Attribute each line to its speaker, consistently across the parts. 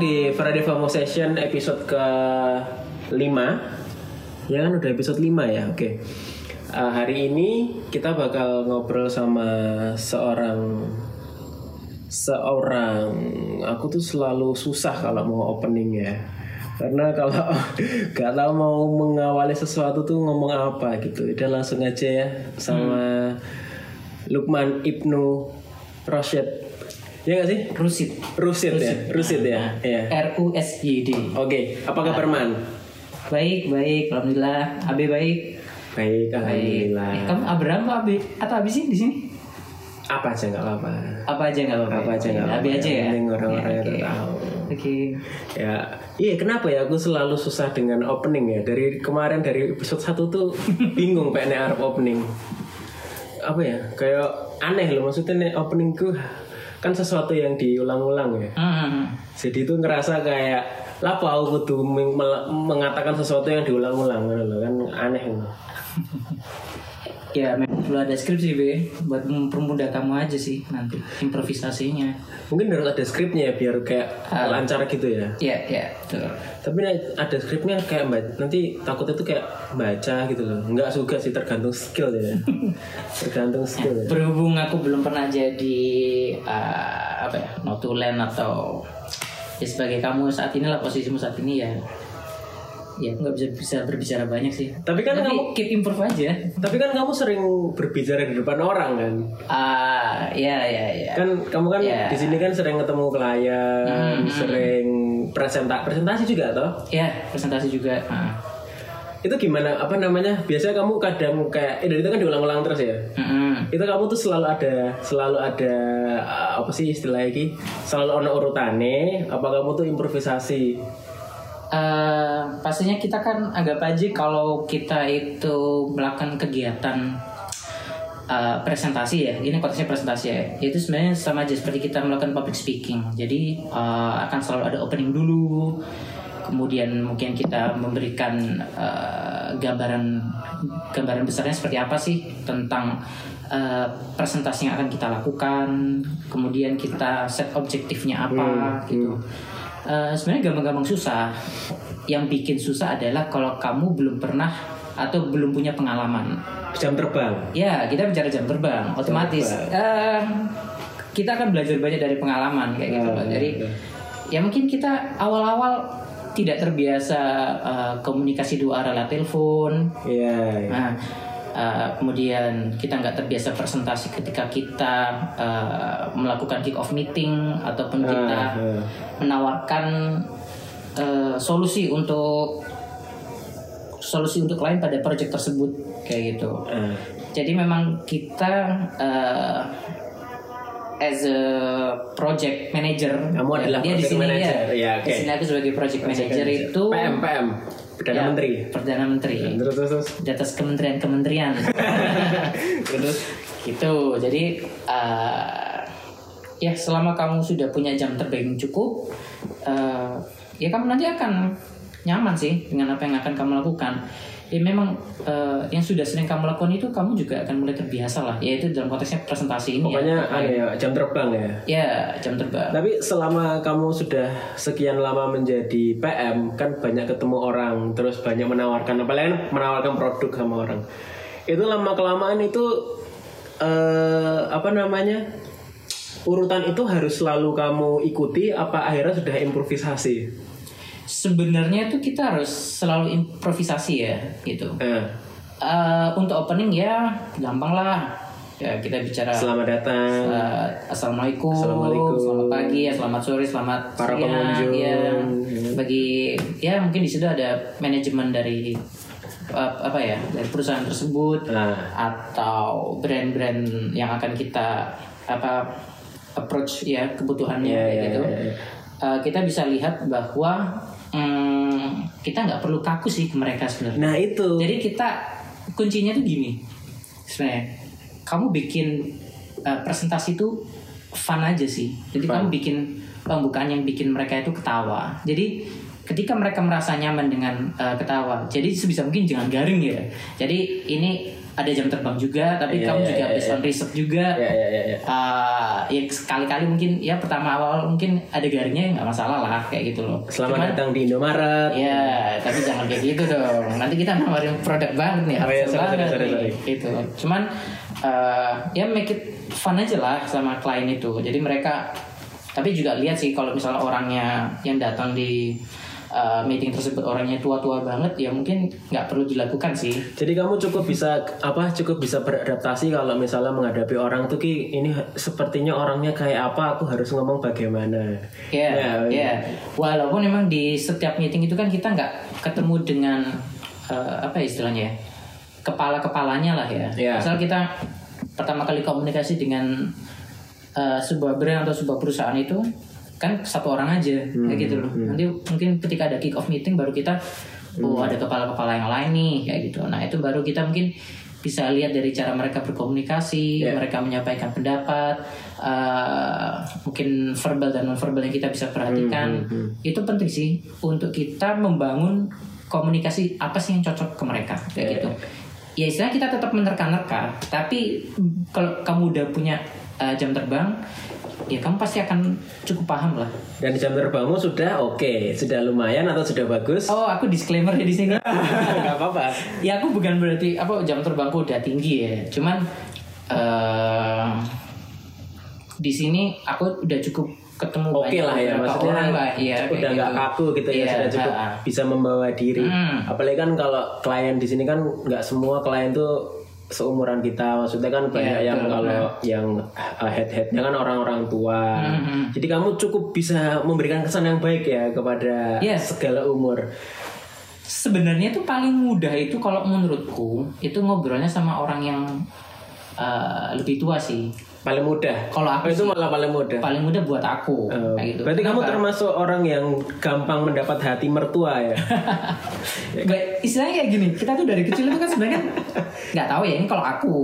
Speaker 1: di Friday FOMO Session episode ke 5 Ya kan udah episode 5 ya, oke Eh, Hari ini kita bakal ngobrol sama seorang Seorang Aku tuh selalu susah kalau mau opening ya karena kalau nggak tahu mau mengawali sesuatu tuh ngomong apa gitu udah langsung aja ya sama Lukman Ibnu Rosyad ya nggak sih
Speaker 2: Rusit.
Speaker 1: Rusit ya, Rusit ya. Iya.
Speaker 2: R U S Y D.
Speaker 1: Oke, apa kabar Man?
Speaker 2: Baik, baik. Alhamdulillah. Abe baik.
Speaker 1: Baik,
Speaker 2: Eh, kamu Abraham apa Abe? Atau Abi sih di sini?
Speaker 1: Apa aja nggak apa-apa.
Speaker 2: Apa aja nggak apa-apa.
Speaker 1: Apa aja nggak
Speaker 2: Abi
Speaker 1: apa-apa.
Speaker 2: aja
Speaker 1: Yang
Speaker 2: ya.
Speaker 1: penting orang-orang
Speaker 2: Ya,
Speaker 1: itu
Speaker 2: oke.
Speaker 1: tahu.
Speaker 2: Oke.
Speaker 1: Ya, iya kenapa ya aku selalu susah dengan opening ya. Dari kemarin dari episode 1 tuh bingung pengen Arab opening. Apa ya? Kayak aneh loh maksudnya nih openingku kan sesuatu yang diulang-ulang ya.
Speaker 2: Hmm.
Speaker 1: jadi itu ngerasa kayak lapo aku kudu meng- mel- mengatakan sesuatu yang diulang-ulang ngono lho kan aneh ngono.
Speaker 2: Ya, memang perlu ada skrip sih, Be. Buat mempermudah kamu aja sih nanti improvisasinya.
Speaker 1: mungkin harus ada skripnya ya biar kayak lancar gitu ya
Speaker 2: Ya, ya. Betul.
Speaker 1: tapi na- ada skripnya kayak ba- nanti takutnya tuh kayak baca gitu loh nggak suka sih tergantung skill ya tergantung skill ya.
Speaker 2: Berhubung aku belum pernah jadi eh, apa ya, notulen atau ya sebagai kamu saat inilah posisimu saat ini ya ya nggak bisa bisa berbicara banyak sih.
Speaker 1: tapi kan
Speaker 2: Tapi
Speaker 1: kamu
Speaker 2: keep improve aja.
Speaker 1: tapi kan kamu sering berbicara di depan orang kan
Speaker 2: Ah, ya ya ya. Hmm,
Speaker 1: kan kamu kan
Speaker 2: Iya.
Speaker 1: di sini kan sering ketemu klien sering presenta presentasi juga toh
Speaker 2: Ya, presentasi juga. Ah.
Speaker 1: itu gimana apa namanya biasanya kamu kadang kayak eh dari itu kan diulang-ulang terus ya
Speaker 2: Mm-mm.
Speaker 1: itu kamu tuh selalu ada selalu ada eh, apa sih istilah ini selalu ono urutane apa kamu tuh improvisasi
Speaker 2: Eh, pastinya kita kan anggap aja kalau kita itu melakukan kegiatan eh, presentasi ya, ini konteksnya presentasi ya. Itu sebenarnya sama aja seperti kita melakukan public speaking. Jadi eh, akan selalu ada opening dulu, kemudian mungkin kita memberikan eh, gambaran gambaran besarnya seperti apa sih tentang eh, presentasi yang akan kita lakukan, kemudian kita set objektifnya apa gitu. Eh, sebenarnya gampang-gampang susah. Yang bikin susah adalah kalau kamu belum pernah atau belum punya pengalaman.
Speaker 1: jam terbang
Speaker 2: Ya, kita bicara jam terbang, otomatis. Eh, kita akan belajar banyak dari pengalaman kayak gitu loh. Jadi ya mungkin kita awal-awal tidak terbiasa eh, komunikasi dua arah lewat telepon,
Speaker 1: iya iya.
Speaker 2: Nah, eh, kemudian kita nggak terbiasa presentasi ketika kita eh, melakukan kick off meeting ataupun kita
Speaker 1: ah.
Speaker 2: menawarkan eh, solusi untuk solusi untuk klien pada proyek tersebut kayak gitu.
Speaker 1: Ah,
Speaker 2: Jadi memang kita eh, as a project manager, ya,
Speaker 1: Kamu adalah
Speaker 2: dia di
Speaker 1: project
Speaker 2: sini
Speaker 1: manager.
Speaker 2: dia.
Speaker 1: Ya, oke.
Speaker 2: Di sini aku sebagai project manager itu
Speaker 1: PM PM perdana
Speaker 2: ya,
Speaker 1: menteri
Speaker 2: perdana menteri
Speaker 1: terus terus terus
Speaker 2: di atas kementerian-kementerian
Speaker 1: terus
Speaker 2: gitu jadi eh, ya selama kamu sudah punya jam terbang cukup eh, ya kamu nanti akan nyaman sih dengan apa yang akan kamu lakukan ya memang eh, yang sudah sering kamu lakukan itu kamu juga akan mulai terbiasa lah yaitu dalam konteksnya presentasi ini
Speaker 1: pokoknya
Speaker 2: ya,
Speaker 1: ada ya jam terbang ya
Speaker 2: ya jam terbang
Speaker 1: tapi selama kamu sudah sekian lama menjadi PM kan banyak ketemu orang terus banyak menawarkan apalagi kan menawarkan produk sama orang itu lama kelamaan itu eh, apa namanya urutan itu harus selalu kamu ikuti apa akhirnya sudah improvisasi
Speaker 2: sebenarnya itu kita harus selalu improvisasi ya gitu
Speaker 1: Eh,
Speaker 2: Eh, untuk opening ya gampang lah ya kita bicara
Speaker 1: selamat datang
Speaker 2: Eh, Assalamualaikum,
Speaker 1: Assalamualaikum.
Speaker 2: selamat pagi, ya, selamat sore, selamat
Speaker 1: Para
Speaker 2: siang,
Speaker 1: pengunjung.
Speaker 2: ya.
Speaker 1: Ya.
Speaker 2: Bagi ya mungkin di situ ada manajemen dari eh, apa ya dari perusahaan tersebut
Speaker 1: nah
Speaker 2: atau brand-brand yang akan kita apa approach ya kebutuhannya
Speaker 1: ya,
Speaker 2: kayak
Speaker 1: ya,
Speaker 2: gitu.
Speaker 1: ya, ya.
Speaker 2: Eh, kita bisa lihat bahwa hmm, kita nggak perlu kaku sih ke mereka sebenarnya.
Speaker 1: nah itu
Speaker 2: Jadi kita kuncinya tuh gini sebenarnya. Kamu bikin uh, presentasi itu fun aja sih. Jadi kamu bikin pembukaan yang bikin mereka itu ketawa. Jadi ketika eh, mereka merasa nyaman dengan uh, ketawa, jadi sebisa mungkin jangan garing ya. Jadi ini ada jam terbang juga tapi
Speaker 1: Iya,
Speaker 2: kamu
Speaker 1: iya,
Speaker 2: juga
Speaker 1: iya,
Speaker 2: based on riset juga
Speaker 1: ya ya ya, ya.
Speaker 2: Ah, ya sekali-kali mungkin ya pertama awal mungkin ada garingnya nggak masalah lah kayak gitu loh
Speaker 1: selamat
Speaker 2: Cuman,
Speaker 1: datang di Indomaret
Speaker 2: Ya, tapi jangan kayak gitu dong. Nanti kita nawarin produk banget
Speaker 1: Oh
Speaker 2: nih,
Speaker 1: iya,
Speaker 2: absurd
Speaker 1: sorry,
Speaker 2: banget
Speaker 1: sorry,
Speaker 2: nih,
Speaker 1: sorry,
Speaker 2: gitu. Cuman eh, ya make it fun aja lah sama klien itu. Jadi mereka tapi juga lihat sih kalau misalnya orangnya yang datang di eh, meeting tersebut orangnya tua-tua banget ya mungkin nggak perlu dilakukan sih.
Speaker 1: Jadi kamu cukup bisa apa cukup bisa beradaptasi kalau misalnya menghadapi orang tuh ki ini sepertinya orangnya kayak apa aku harus ngomong bagaimana.
Speaker 2: Ya,
Speaker 1: Ya,
Speaker 2: ya.
Speaker 1: iya.
Speaker 2: Walaupun memang di setiap meeting itu kan kita nggak ketemu dengan eh, apa ya istilahnya ya, kepala-kepalanya lah ya.
Speaker 1: Iya.
Speaker 2: Misal kita pertama kali komunikasi dengan eh, sebuah brand atau sebuah perusahaan itu kan satu orang aja kayak gitu loh. Nanti mungkin ketika ada kick off meeting baru kita oh ada kepala-kepala yang lain nih kayak gitu. Nah, itu baru kita mungkin bisa lihat dari cara mereka berkomunikasi,
Speaker 1: Iya.
Speaker 2: mereka menyampaikan pendapat eh, mungkin verbal dan non verbal yang kita bisa perhatikan itu penting sih untuk kita membangun komunikasi apa sih yang cocok ke mereka kayak gitu ya istilahnya kita tetap menerka-nerka tapi mm, kalau kamu udah punya eh, jam terbang ya kamu pasti akan cukup paham lah
Speaker 1: Dan jam terbangmu sudah oke, sudah lumayan atau sudah bagus?
Speaker 2: oh aku disclaimer ya di sini
Speaker 1: Gak apa-apa.
Speaker 2: ya aku bukan berarti apa jam terbangku udah tinggi ya cuman eh, di sini aku udah cukup ketemu
Speaker 1: Oke
Speaker 2: banyak
Speaker 1: lah ya
Speaker 2: beberapa
Speaker 1: maksudnya
Speaker 2: orang lah ya
Speaker 1: udah nggak
Speaker 2: kayak gitu.
Speaker 1: kaku gitu ya
Speaker 2: Iya,
Speaker 1: sudah cukup
Speaker 2: ah, ah.
Speaker 1: bisa membawa diri.
Speaker 2: Hmm.
Speaker 1: Apalagi kan kalau klien di sini kan nggak semua klien tuh seumuran kita maksudnya kan banyak
Speaker 2: Iya,
Speaker 1: yang
Speaker 2: betul,
Speaker 1: kalau yang head headnya kan orang-orang tua.
Speaker 2: Hmm.
Speaker 1: Jadi kamu cukup bisa memberikan kesan yang baik ya kepada
Speaker 2: Yes.
Speaker 1: segala umur.
Speaker 2: sebenarnya tuh paling mudah itu kalau menurutku itu ngobrolnya sama orang yang eh, lebih tua sih
Speaker 1: Paling mudah.
Speaker 2: Kalau aku
Speaker 1: itu malah paling mudah. Eh, Oh.
Speaker 2: paling mudah buat aku kayak gitu
Speaker 1: Berarti kamu
Speaker 2: Kenapa?
Speaker 1: termasuk orang yang gampang mendapat hati mertua ya. kan?
Speaker 2: Gak, istilahnya kayak gini kita tuh dari kecil itu kan sebenarnya nggak tahu ya ini kalau aku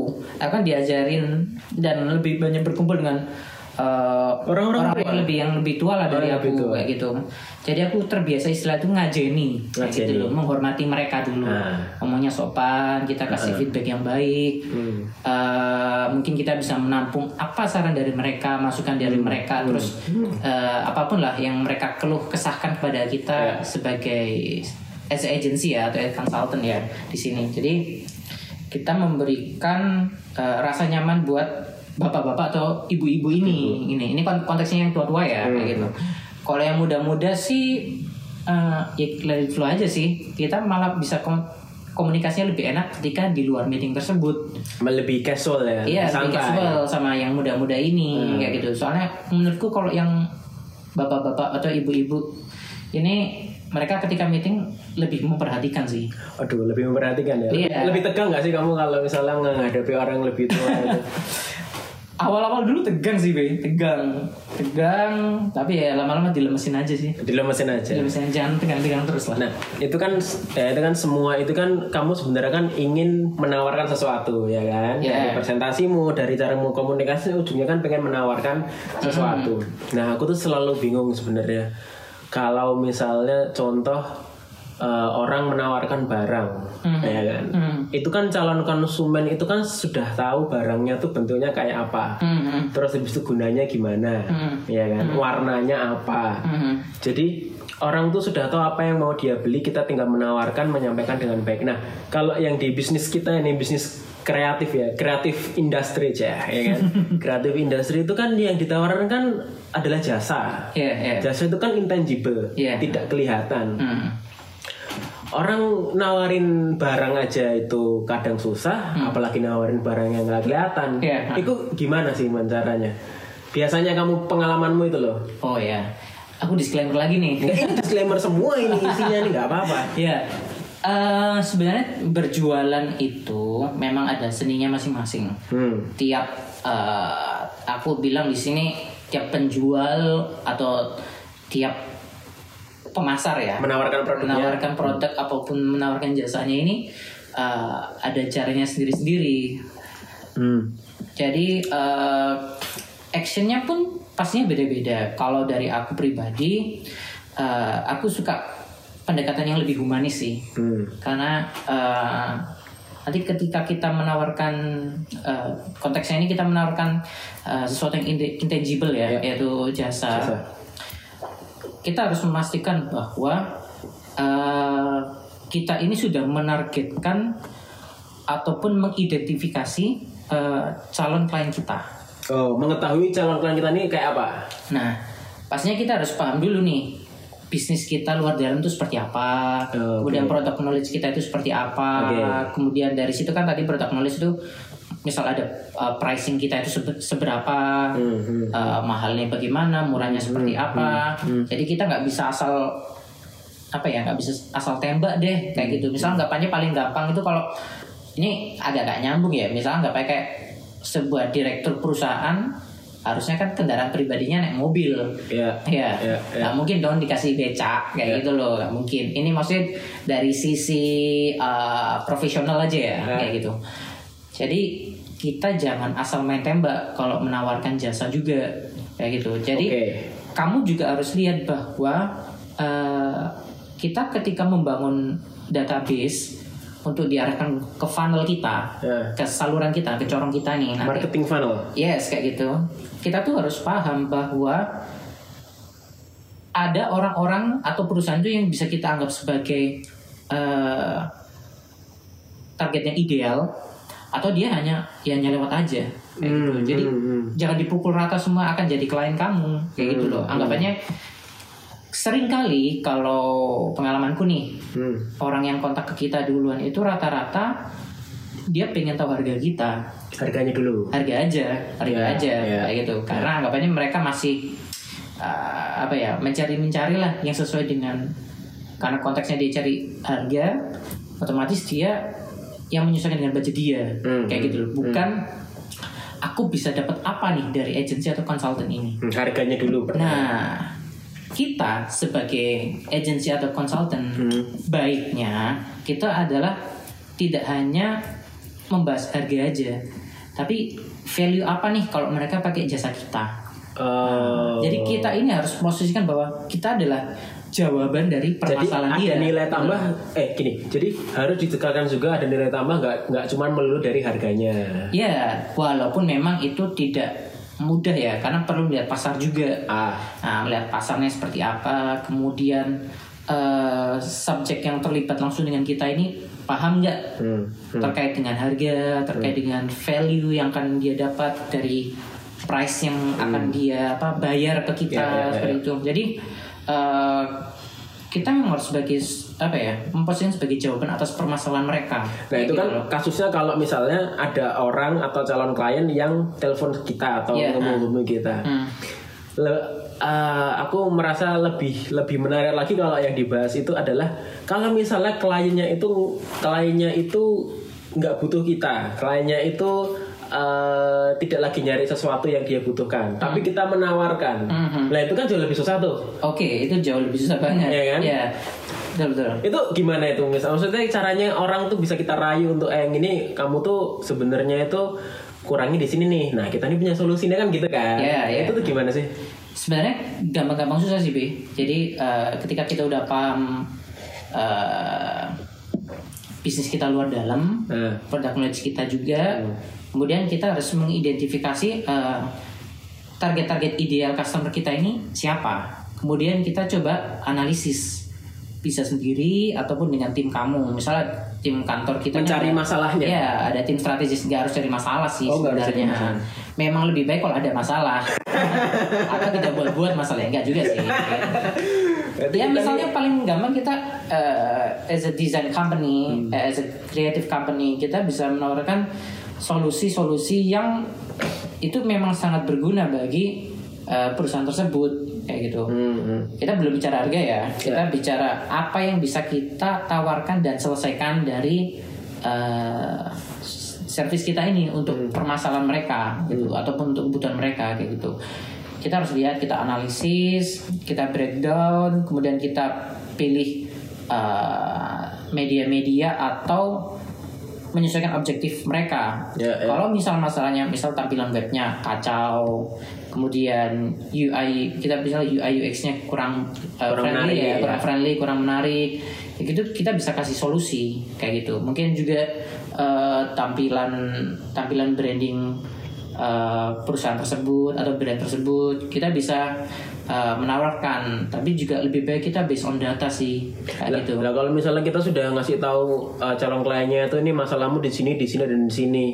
Speaker 2: aku kan diajarin dan lebih banyak berkumpul dengan eh,
Speaker 1: Orang-orang
Speaker 2: orang
Speaker 1: tua.
Speaker 2: yang lebih yang lebih tua lah dari
Speaker 1: Orang
Speaker 2: aku
Speaker 1: lebih tua.
Speaker 2: kayak gitu jadi aku terbiasa istilah itu ngajeni kayak gitu
Speaker 1: Ngajeni.
Speaker 2: loh menghormati mereka dulu
Speaker 1: Ah.
Speaker 2: omongnya sopan kita kasih feedback yang baik
Speaker 1: Hmm.
Speaker 2: Eh, mungkin kita bisa menampung apa saran dari mereka, masukan dari
Speaker 1: Hmm.
Speaker 2: mereka, terus eh, apapun lah yang mereka keluh kesahkan kepada
Speaker 1: Ya.
Speaker 2: kita sebagai as a agency ya atau as a consultant ya di sini. Jadi kita memberikan eh, rasa nyaman buat bapak-bapak atau ibu-ibu ini, ini ini kon- konteksnya yang tua-tua ya kayak gitu. Kalau yang muda-muda sih eh, ya let it flow aja sih. Kita malah bisa kom- komunikasinya lebih enak ketika di luar meeting tersebut.
Speaker 1: Lebih casual ya.
Speaker 2: Iya, lebih
Speaker 1: santai.
Speaker 2: casual sama yang muda-muda ini kayak gitu. Soalnya menurutku kalau yang bapak-bapak atau ibu-ibu ini mereka ketika meeting lebih memperhatikan sih.
Speaker 1: Aduh, lebih memperhatikan ya.
Speaker 2: Iya.
Speaker 1: Lebih tegang nggak sih kamu kalau misalnya menghadapi orang lebih tua gitu? itu?
Speaker 2: Awal-awal dulu tegang sih, Be. Tegang. Tegang, tapi ya lama-lama dilemesin aja sih.
Speaker 1: Dilemesin aja.
Speaker 2: Dilemesin aja, jangan tegang-tegang terus lah.
Speaker 1: Nah, itu kan ya itu kan semua itu kan kamu sebenarnya kan ingin menawarkan sesuatu ya kan? Dari
Speaker 2: Iya.
Speaker 1: presentasimu, dari cara mau komunikasi ujungnya kan pengen menawarkan sesuatu.
Speaker 2: Mm-hmm.
Speaker 1: Nah, aku tuh selalu bingung sebenarnya. Kalau misalnya contoh eh, orang menawarkan barang, ya kan?
Speaker 2: Hmm.
Speaker 1: Itu kan calon konsumen itu kan sudah tahu barangnya tuh bentuknya kayak apa.
Speaker 2: Hmm, hmm,
Speaker 1: terus habis itu gunanya gimana
Speaker 2: Hmm.
Speaker 1: ya kan warnanya apa
Speaker 2: hmm, hmm.
Speaker 1: jadi orang tuh sudah tahu apa yang mau dia beli kita tinggal menawarkan menyampaikan dengan baik nah kalau yang di bisnis kita ini bisnis kreatif ya kreatif industri aja ya kan kreatif industri itu kan yang ditawarkan kan adalah jasa
Speaker 2: Iya, iya.
Speaker 1: jasa itu kan intangible
Speaker 2: Iya.
Speaker 1: tidak kelihatan
Speaker 2: Hmm.
Speaker 1: orang nawarin barang aja itu kadang susah apalagi nawarin barang yang nggak kelihatan
Speaker 2: Hmm. Iya.
Speaker 1: itu gimana sih man caranya biasanya kamu pengalamanmu itu loh
Speaker 2: Oh ya. Aku disclaimer lagi nih.
Speaker 1: Nggak, ini disclaimer semua ini isinya nih nggak apa-apa
Speaker 2: Ya, eh, sebenarnya berjualan itu memang ada seninya masing-masing.
Speaker 1: hmm.
Speaker 2: Tiap eh, aku bilang di sini tiap penjual atau tiap pemasar ya
Speaker 1: menawarkan produknya
Speaker 2: menawarkan produk apapun menawarkan jasanya ini eh, ada caranya sendiri-sendiri.
Speaker 1: hmm.
Speaker 2: Jadi eh, actionnya pun pastinya beda-beda. Kalau dari aku pribadi, eh, aku suka pendekatan yang lebih humanis sih
Speaker 1: Hmm.
Speaker 2: karena eh, nanti ketika kita menawarkan eh, konteksnya ini kita menawarkan eh, sesuatu yang inte- intangible ya, yaitu jasa.
Speaker 1: Jasa.
Speaker 2: Kita harus memastikan bahwa eh, kita ini sudah menargetkan ataupun mengidentifikasi eh, calon klien kita.
Speaker 1: Oh, mengetahui calon klien kita ini kayak apa?
Speaker 2: Nah, pastinya kita harus paham dulu nih bisnis kita luar dalam itu seperti apa,
Speaker 1: Oke.
Speaker 2: kemudian product knowledge kita itu seperti apa,
Speaker 1: Oke.
Speaker 2: kemudian dari situ kan tadi product knowledge itu misal ada uh, pricing kita itu sebe- seberapa,
Speaker 1: Hmm,
Speaker 2: uh, mahalnya bagaimana, murahnya seperti apa, jadi kita nggak bisa asal apa ya nggak bisa asal tembak deh kayak gitu
Speaker 1: Hmm.
Speaker 2: misal anggapannya paling gampang itu kalau ini agak agak nyambung ya misal nggak pakai sebuah direktur perusahaan harusnya kan kendaraan pribadinya naik mobil
Speaker 1: Ya.
Speaker 2: ya
Speaker 1: Ya, ya.
Speaker 2: nggak mungkin dong dikasih becak
Speaker 1: Iya.
Speaker 2: kayak gitu loh nggak mungkin ini maksudnya dari sisi uh, profesional aja
Speaker 1: Ya.
Speaker 2: ya kayak gitu jadi kita jangan asal main tembak kalau menawarkan jasa juga kayak gitu jadi
Speaker 1: Oke.
Speaker 2: kamu juga harus lihat bahwa eh, kita ketika membangun database untuk diarahkan ke funnel kita,
Speaker 1: Ya.
Speaker 2: ke saluran kita, ke corong kita nih nanti.
Speaker 1: Marketing funnel.
Speaker 2: Yes, kayak gitu. Kita tuh harus paham bahwa ada orang-orang atau perusahaan tuh yang bisa kita anggap sebagai eh, target yang ideal atau dia hanya ya lewat aja. kayak gitu.
Speaker 1: Hmm,
Speaker 2: Jadi
Speaker 1: hmm, hmm.
Speaker 2: jangan dipukul rata semua akan jadi klien kamu kayak gitu loh. Anggapannya sering kali kalau pengalamanku nih
Speaker 1: Hmm.
Speaker 2: orang yang kontak ke kita duluan itu rata-rata dia pengen tahu harga kita
Speaker 1: Harganya dulu.
Speaker 2: harga aja harga
Speaker 1: Ya,
Speaker 2: aja
Speaker 1: ya.
Speaker 2: kayak gitu karena anggapannya mereka masih uh, apa ya mencari mencari lah yang sesuai dengan karena konteksnya dia cari harga otomatis dia yang menyesuaikan dengan budget dia
Speaker 1: Hmm,
Speaker 2: kayak gitu loh bukan aku bisa dapat apa nih dari agensi atau konsultan ini
Speaker 1: Hmm, harganya dulu.
Speaker 2: nah kita sebagai agensi atau konsultan
Speaker 1: Hmm.
Speaker 2: baiknya kita adalah tidak hanya membahas harga aja, tapi value apa nih kalau mereka pakai jasa kita.
Speaker 1: Oh.
Speaker 2: Jadi kita ini harus posisikan bahwa kita adalah jawaban dari
Speaker 1: Jadi
Speaker 2: permasalahan
Speaker 1: ada
Speaker 2: dia. Hmm.
Speaker 1: nilai tambah, eh gini, jadi harus ditekankan juga ada nilai tambah nggak nggak cuma melulu dari harganya.
Speaker 2: Ya, walaupun memang itu tidak mudah ya, karena perlu melihat pasar juga.
Speaker 1: Ah,
Speaker 2: Nah, melihat pasarnya seperti apa, kemudian eh, subjek yang terlibat langsung dengan kita ini paham nggak
Speaker 1: hmm.
Speaker 2: terkait dengan harga, terkait dengan value yang akan dia dapat dari price yang akan dia apa bayar ke kita
Speaker 1: Hmm. Ya, ya, ya,
Speaker 2: seperti itu. Jadi eh, kita memang harus sebagai apa ya memposisikan sebagai jawaban atas permasalahan mereka.
Speaker 1: Nah itu
Speaker 2: Gitu
Speaker 1: kan
Speaker 2: loh.
Speaker 1: kasusnya kalau misalnya ada orang atau calon klien yang telepon kita atau
Speaker 2: Iya,
Speaker 1: ngomong-ngomong kita.
Speaker 2: Hmm.
Speaker 1: Le- eh, aku merasa lebih lebih menarik lagi kalau yang dibahas itu adalah kalau misalnya kliennya itu kliennya itu nggak butuh kita, kliennya itu eh, tidak lagi nyari sesuatu yang dia butuhkan, tapi kita menawarkan.
Speaker 2: Mhm.
Speaker 1: Nah itu kan jauh lebih susah tuh.
Speaker 2: Oke, itu jauh lebih susah banget.
Speaker 1: Iya kan?
Speaker 2: Ya, betul betul.
Speaker 1: Itu gimana itu Miss? Maksudnya caranya orang tuh bisa kita rayu untuk eh, yang ini kamu tuh sebenarnya itu kurangi di sini nih. Nah kita ini punya solusinya kan gitu kan?
Speaker 2: Iya, iya.
Speaker 1: Itu tuh gimana sih?
Speaker 2: Sebenarnya gampang-gampang susah sih, Bi. Jadi eh, ketika kita udah paham eh, bisnis kita luar dalam,
Speaker 1: Nah,
Speaker 2: product knowledge kita juga.
Speaker 1: Iya.
Speaker 2: Kemudian kita harus mengidentifikasi eh, target-target ideal customer kita ini siapa. Kemudian kita coba analisis bisa sendiri ataupun dengan tim kamu. Misalnya tim kantor kita
Speaker 1: Mencari
Speaker 2: ada-
Speaker 1: masalahnya.
Speaker 2: Iya, ada tim strategis nggak harus cari masalah sih
Speaker 1: Oh, nggak harus
Speaker 2: sebenarnya.
Speaker 1: cari masalah.
Speaker 2: Memang lebih baik kalau ada masalah. Atau kita buat-buat masalah enggak juga sih. Ya misalnya paling gampang kita eh, as a design company, eh, as a creative company kita bisa menawarkan solusi-solusi yang itu memang sangat berguna bagi eh, perusahaan tersebut kayak gitu.
Speaker 1: Hmm, hmm.
Speaker 2: Kita belum bicara harga ya, kita bicara apa yang bisa kita tawarkan dan selesaikan dari eh, s- service kita ini untuk
Speaker 1: Hmm.
Speaker 2: permasalahan mereka gitu ataupun untuk kebutuhan mereka kayak gitu. Kita harus lihat, kita analisis, kita breakdown, kemudian kita pilih eh, media-media atau menyesuaikan objektif mereka.
Speaker 1: Ya, ya.
Speaker 2: Kalau misal masalahnya, misal tampilan webnya kacau, kemudian UI kita bisa UI UX-nya kurang, uh,
Speaker 1: Kurang menarik,
Speaker 2: friendly ya,
Speaker 1: ya.
Speaker 2: kurang friendly, kurang menarik, ya gitu kita bisa kasih solusi kayak gitu. Mungkin juga eh, tampilan tampilan branding eh, perusahaan tersebut atau brand tersebut kita bisa eh, menawarkan tapi juga lebih baik kita based on data sih kayak gitu
Speaker 1: Nah, kalau misalnya kita sudah ngasih tahu uh, calon kliennya itu ini masalahmu di sini, di sini dan di sini.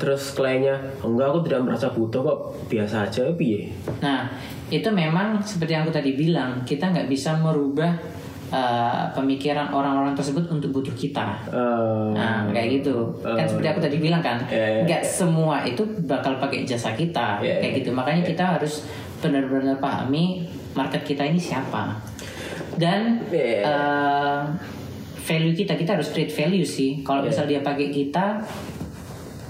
Speaker 1: Terus kliennya, enggak aku tidak merasa butuh kok, biasa aja piye.
Speaker 2: Nah, itu memang seperti yang aku tadi bilang, kita nggak bisa merubah uh, pemikiran orang-orang tersebut untuk butuh kita.
Speaker 1: Eh,
Speaker 2: Nah, kayak gitu. Kan seperti aku tadi bilang kan,
Speaker 1: Iya, iya.
Speaker 2: nggak semua itu bakal pakai jasa kita.
Speaker 1: Iya,
Speaker 2: kayak
Speaker 1: iya.
Speaker 2: gitu. Makanya kita harus benar-benar pahami market kita ini siapa. Dan
Speaker 1: Iya.
Speaker 2: uh, value kita, kita harus create value sih. Kalau misal dia pakai kita,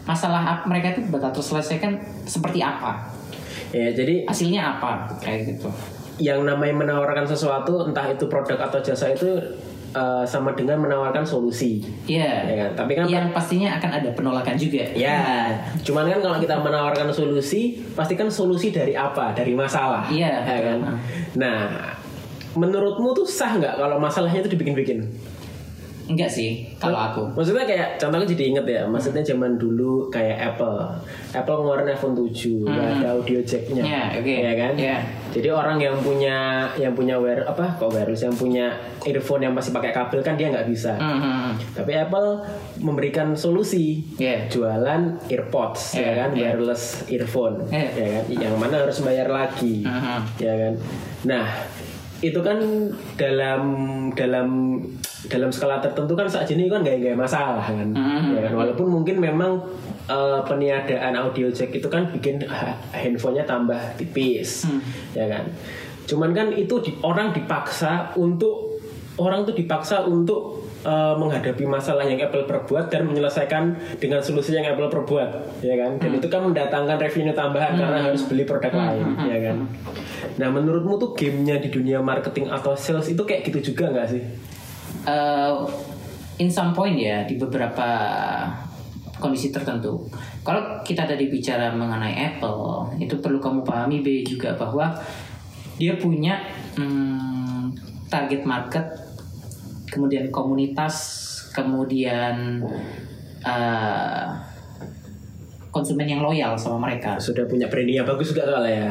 Speaker 2: masalah ap- mereka itu bakal terselesaikan seperti apa?
Speaker 1: ya jadi
Speaker 2: Hasilnya apa? Kayak gitu.
Speaker 1: yang namanya menawarkan sesuatu entah itu produk atau jasa itu eh, sama dengan menawarkan solusi
Speaker 2: Iya.
Speaker 1: ya kan tapi kan
Speaker 2: yang pastinya akan ada penolakan juga.
Speaker 1: ya cuman kan kalau kita menawarkan solusi pastikan solusi dari apa dari masalah
Speaker 2: Iya,
Speaker 1: ya kan
Speaker 2: betul.
Speaker 1: nah menurutmu tuh sah nggak kalau masalahnya itu dibikin-bikin
Speaker 2: Enggak sih kalau
Speaker 1: Iya.
Speaker 2: aku.
Speaker 1: maksudnya kayak contohnya jadi inget ya maksudnya zaman dulu kayak Apple Apple ngeluarin iPhone 7 nggak ada audio jacknya
Speaker 2: Iya, oke.
Speaker 1: Hmm. ya kan
Speaker 2: Iya.
Speaker 1: Jadi orang yang punya yang punya wire apa kok wireless yang punya earphone yang masih pakai kabel kan dia nggak bisa.
Speaker 2: Mhm.
Speaker 1: Tapi Apple memberikan solusi
Speaker 2: Iya.
Speaker 1: jualan earpods ya
Speaker 2: Iya,
Speaker 1: kan
Speaker 2: iya.
Speaker 1: wireless earphone
Speaker 2: Iya.
Speaker 1: ya kan yang mana harus bayar lagi
Speaker 2: Mhm.
Speaker 1: ya kan. Nah itu kan dalam dalam dalam skala tertentu kan saat ini kan nggak nggak masalah kan, ya
Speaker 2: Mhm.
Speaker 1: kan? walaupun mungkin memang eh, peniadaan audio jack itu kan bikin ha- handphonenya tambah tipis
Speaker 2: Hmm.
Speaker 1: ya kan cuman kan itu di- orang dipaksa untuk orang tuh dipaksa untuk eh, menghadapi masalah yang Apple perbuat dan menyelesaikan dengan solusi yang Apple perbuat ya kan dan itu kan mendatangkan revenue tambahan karena harus beli produk lain ya kan nah menurutmu tuh gamenya di dunia marketing atau sales itu kayak gitu juga nggak sih
Speaker 2: Eh, in some point ya di beberapa kondisi tertentu. Kalau kita tadi bicara mengenai Apple, itu perlu kamu pahami B juga bahwa dia punya hmm, target market, kemudian komunitas, kemudian eh, konsumen yang loyal sama mereka.
Speaker 1: sudah punya branding yang bagus juga soalnya ya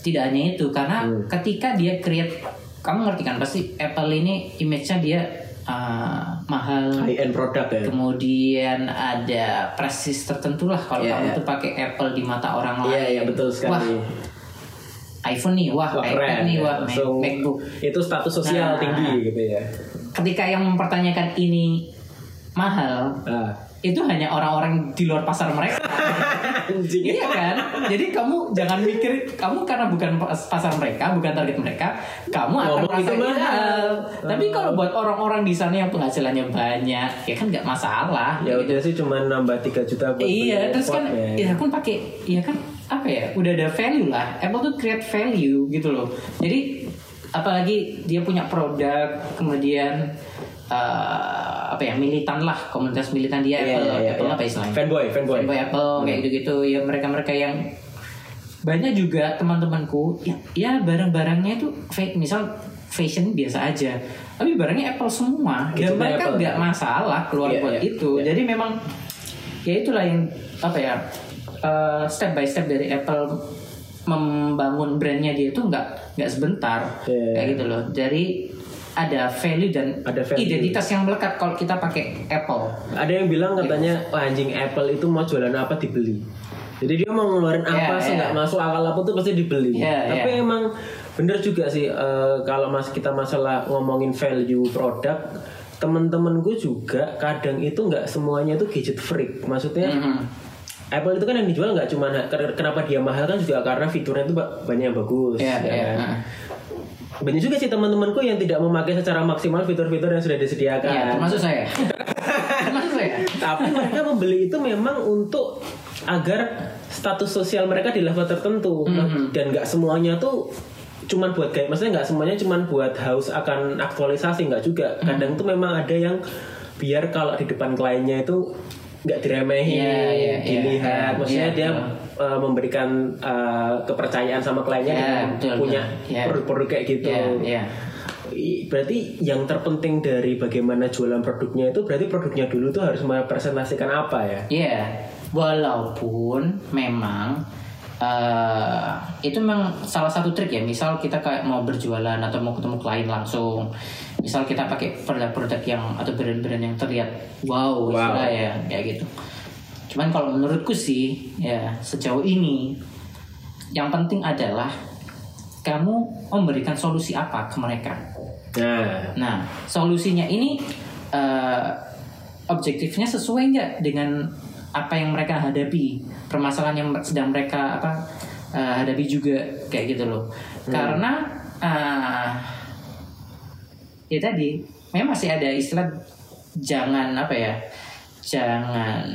Speaker 2: tidak hanya itu karena ketika dia create kamu ngerti kan pasti Apple ini image-nya dia uh, mahal
Speaker 1: high end product ya
Speaker 2: kemudian ada prestis tertentu lah kalau
Speaker 1: Iya,
Speaker 2: kamu
Speaker 1: iya.
Speaker 2: tuh pakai Apple di mata orang lain
Speaker 1: iya iya betul
Speaker 2: wah
Speaker 1: sekali
Speaker 2: iPhone nih wah,
Speaker 1: Wah,
Speaker 2: iPad
Speaker 1: keren
Speaker 2: nih
Speaker 1: ya.
Speaker 2: wah Mac-
Speaker 1: Langsung
Speaker 2: MacBook
Speaker 1: itu status sosial
Speaker 2: Nah.
Speaker 1: tinggi gitu ya
Speaker 2: ketika yang mempertanyakan ini mahal
Speaker 1: ah.
Speaker 2: itu hanya orang-orang di luar pasar mereka
Speaker 1: anjing
Speaker 2: Iya kan? Jadi kamu jangan mikir kamu karena bukan pas- pasar mereka, bukan target mereka, kamu akan
Speaker 1: Ngomong
Speaker 2: merasa
Speaker 1: itu mahal. Hmm.
Speaker 2: mahal. Tapi kalau buat orang-orang di sana yang penghasilannya banyak, ya kan nggak masalah. Gitu
Speaker 1: ya udah sih cuman nambah 3 juta buat
Speaker 2: Iya,
Speaker 1: beli
Speaker 2: terus kan
Speaker 1: iPhone, ya.
Speaker 2: ya kan pakai ya kan apa ya? Udah ada value lah. Apple tuh create value gitu loh. Jadi apalagi dia punya produk kemudian eh, apa ya militan lah komunitas militan dia
Speaker 1: Iya,
Speaker 2: Apple
Speaker 1: iya, iya,
Speaker 2: Apple
Speaker 1: iya.
Speaker 2: apa ya istilahnya
Speaker 1: fanboy fanboy Hmm.
Speaker 2: fanboy Apple kayak gitu-gitu ya mereka-mereka yang banyak juga teman-temanku ya, ya barang-barangnya itu fa- misal fashion biasa aja tapi barangnya Apple semua dan
Speaker 1: Gadgetnya
Speaker 2: mereka
Speaker 1: Gitu, Apple.
Speaker 2: nggak masalah keluar
Speaker 1: Iya,
Speaker 2: buat
Speaker 1: iya,
Speaker 2: itu jadi memang ya itulah yang apa ya eh, step by step dari Apple membangun brandnya dia itu nggak nggak sebentar
Speaker 1: Iya.
Speaker 2: kayak gitu loh jadi ada value dan
Speaker 1: Ada value.
Speaker 2: identitas yang melekat kalau kita pakai Apple
Speaker 1: ada yang bilang katanya
Speaker 2: Iya.
Speaker 1: "Wah, anjing Apple itu mau jualan apa dibeli jadi dia mau ngeluarin apa
Speaker 2: Iya,
Speaker 1: sih
Speaker 2: iya.
Speaker 1: nggak masuk akal apa tuh pasti dibeli
Speaker 2: Iya,
Speaker 1: tapi
Speaker 2: iya.
Speaker 1: emang bener juga sih eh, kalau mas kita masalah ngomongin value produk temen-temenku juga kadang itu nggak semuanya itu gadget freak maksudnya
Speaker 2: Mhm.
Speaker 1: Apple itu kan yang dijual nggak cuma kenapa dia mahal kan juga karena fiturnya itu ba- banyak yang bagus
Speaker 2: Iya,
Speaker 1: ya
Speaker 2: iya,
Speaker 1: kan?
Speaker 2: heeh.
Speaker 1: banyak juga sih teman-temanku yang tidak memakai secara maksimal fitur-fitur yang sudah disediakan
Speaker 2: Iya, termasuk saya. termasuk saya.
Speaker 1: tapi mereka membeli itu memang untuk agar status sosial mereka di level tertentu
Speaker 2: Mhm.
Speaker 1: dan nggak semuanya tuh cuman buat kayak maksudnya nggak semuanya cuman buat haus akan aktualisasi nggak juga
Speaker 2: Mhm.
Speaker 1: kadang tuh memang ada yang biar kalau di depan kliennya itu nggak diremehin
Speaker 2: Iya, iya, iya.
Speaker 1: dilihat maksudnya
Speaker 2: Iya,
Speaker 1: dia
Speaker 2: betul.
Speaker 1: uh, memberikan uh, kepercayaan sama kliennya
Speaker 2: Iya,
Speaker 1: dengan
Speaker 2: betul,
Speaker 1: punya
Speaker 2: betul. Iya.
Speaker 1: produk-produk kayak gitu
Speaker 2: Iya, iya.
Speaker 1: i- berarti yang terpenting dari bagaimana jualan produknya itu berarti produknya dulu tuh harus merepresentasikan apa ya?
Speaker 2: Iya, walaupun memang eh, itu memang salah satu trik ya. Misal kita kayak mau berjualan atau mau ketemu klien langsung, misal kita pakai produk-produk yang atau brand-brand yang terlihat wow,
Speaker 1: Wow.
Speaker 2: sudah ya, kayak gitu. Cuman kalau menurutku sih ya sejauh ini yang penting adalah kamu memberikan solusi apa ke mereka.
Speaker 1: Nah,
Speaker 2: Nah, solusinya ini eh, objektifnya sesuai nggak dengan apa yang mereka hadapi, permasalahan yang sedang mereka apa eh, hadapi juga kayak gitu loh. Karena eh, ya tadi memang masih ada istilah jangan apa ya, jangan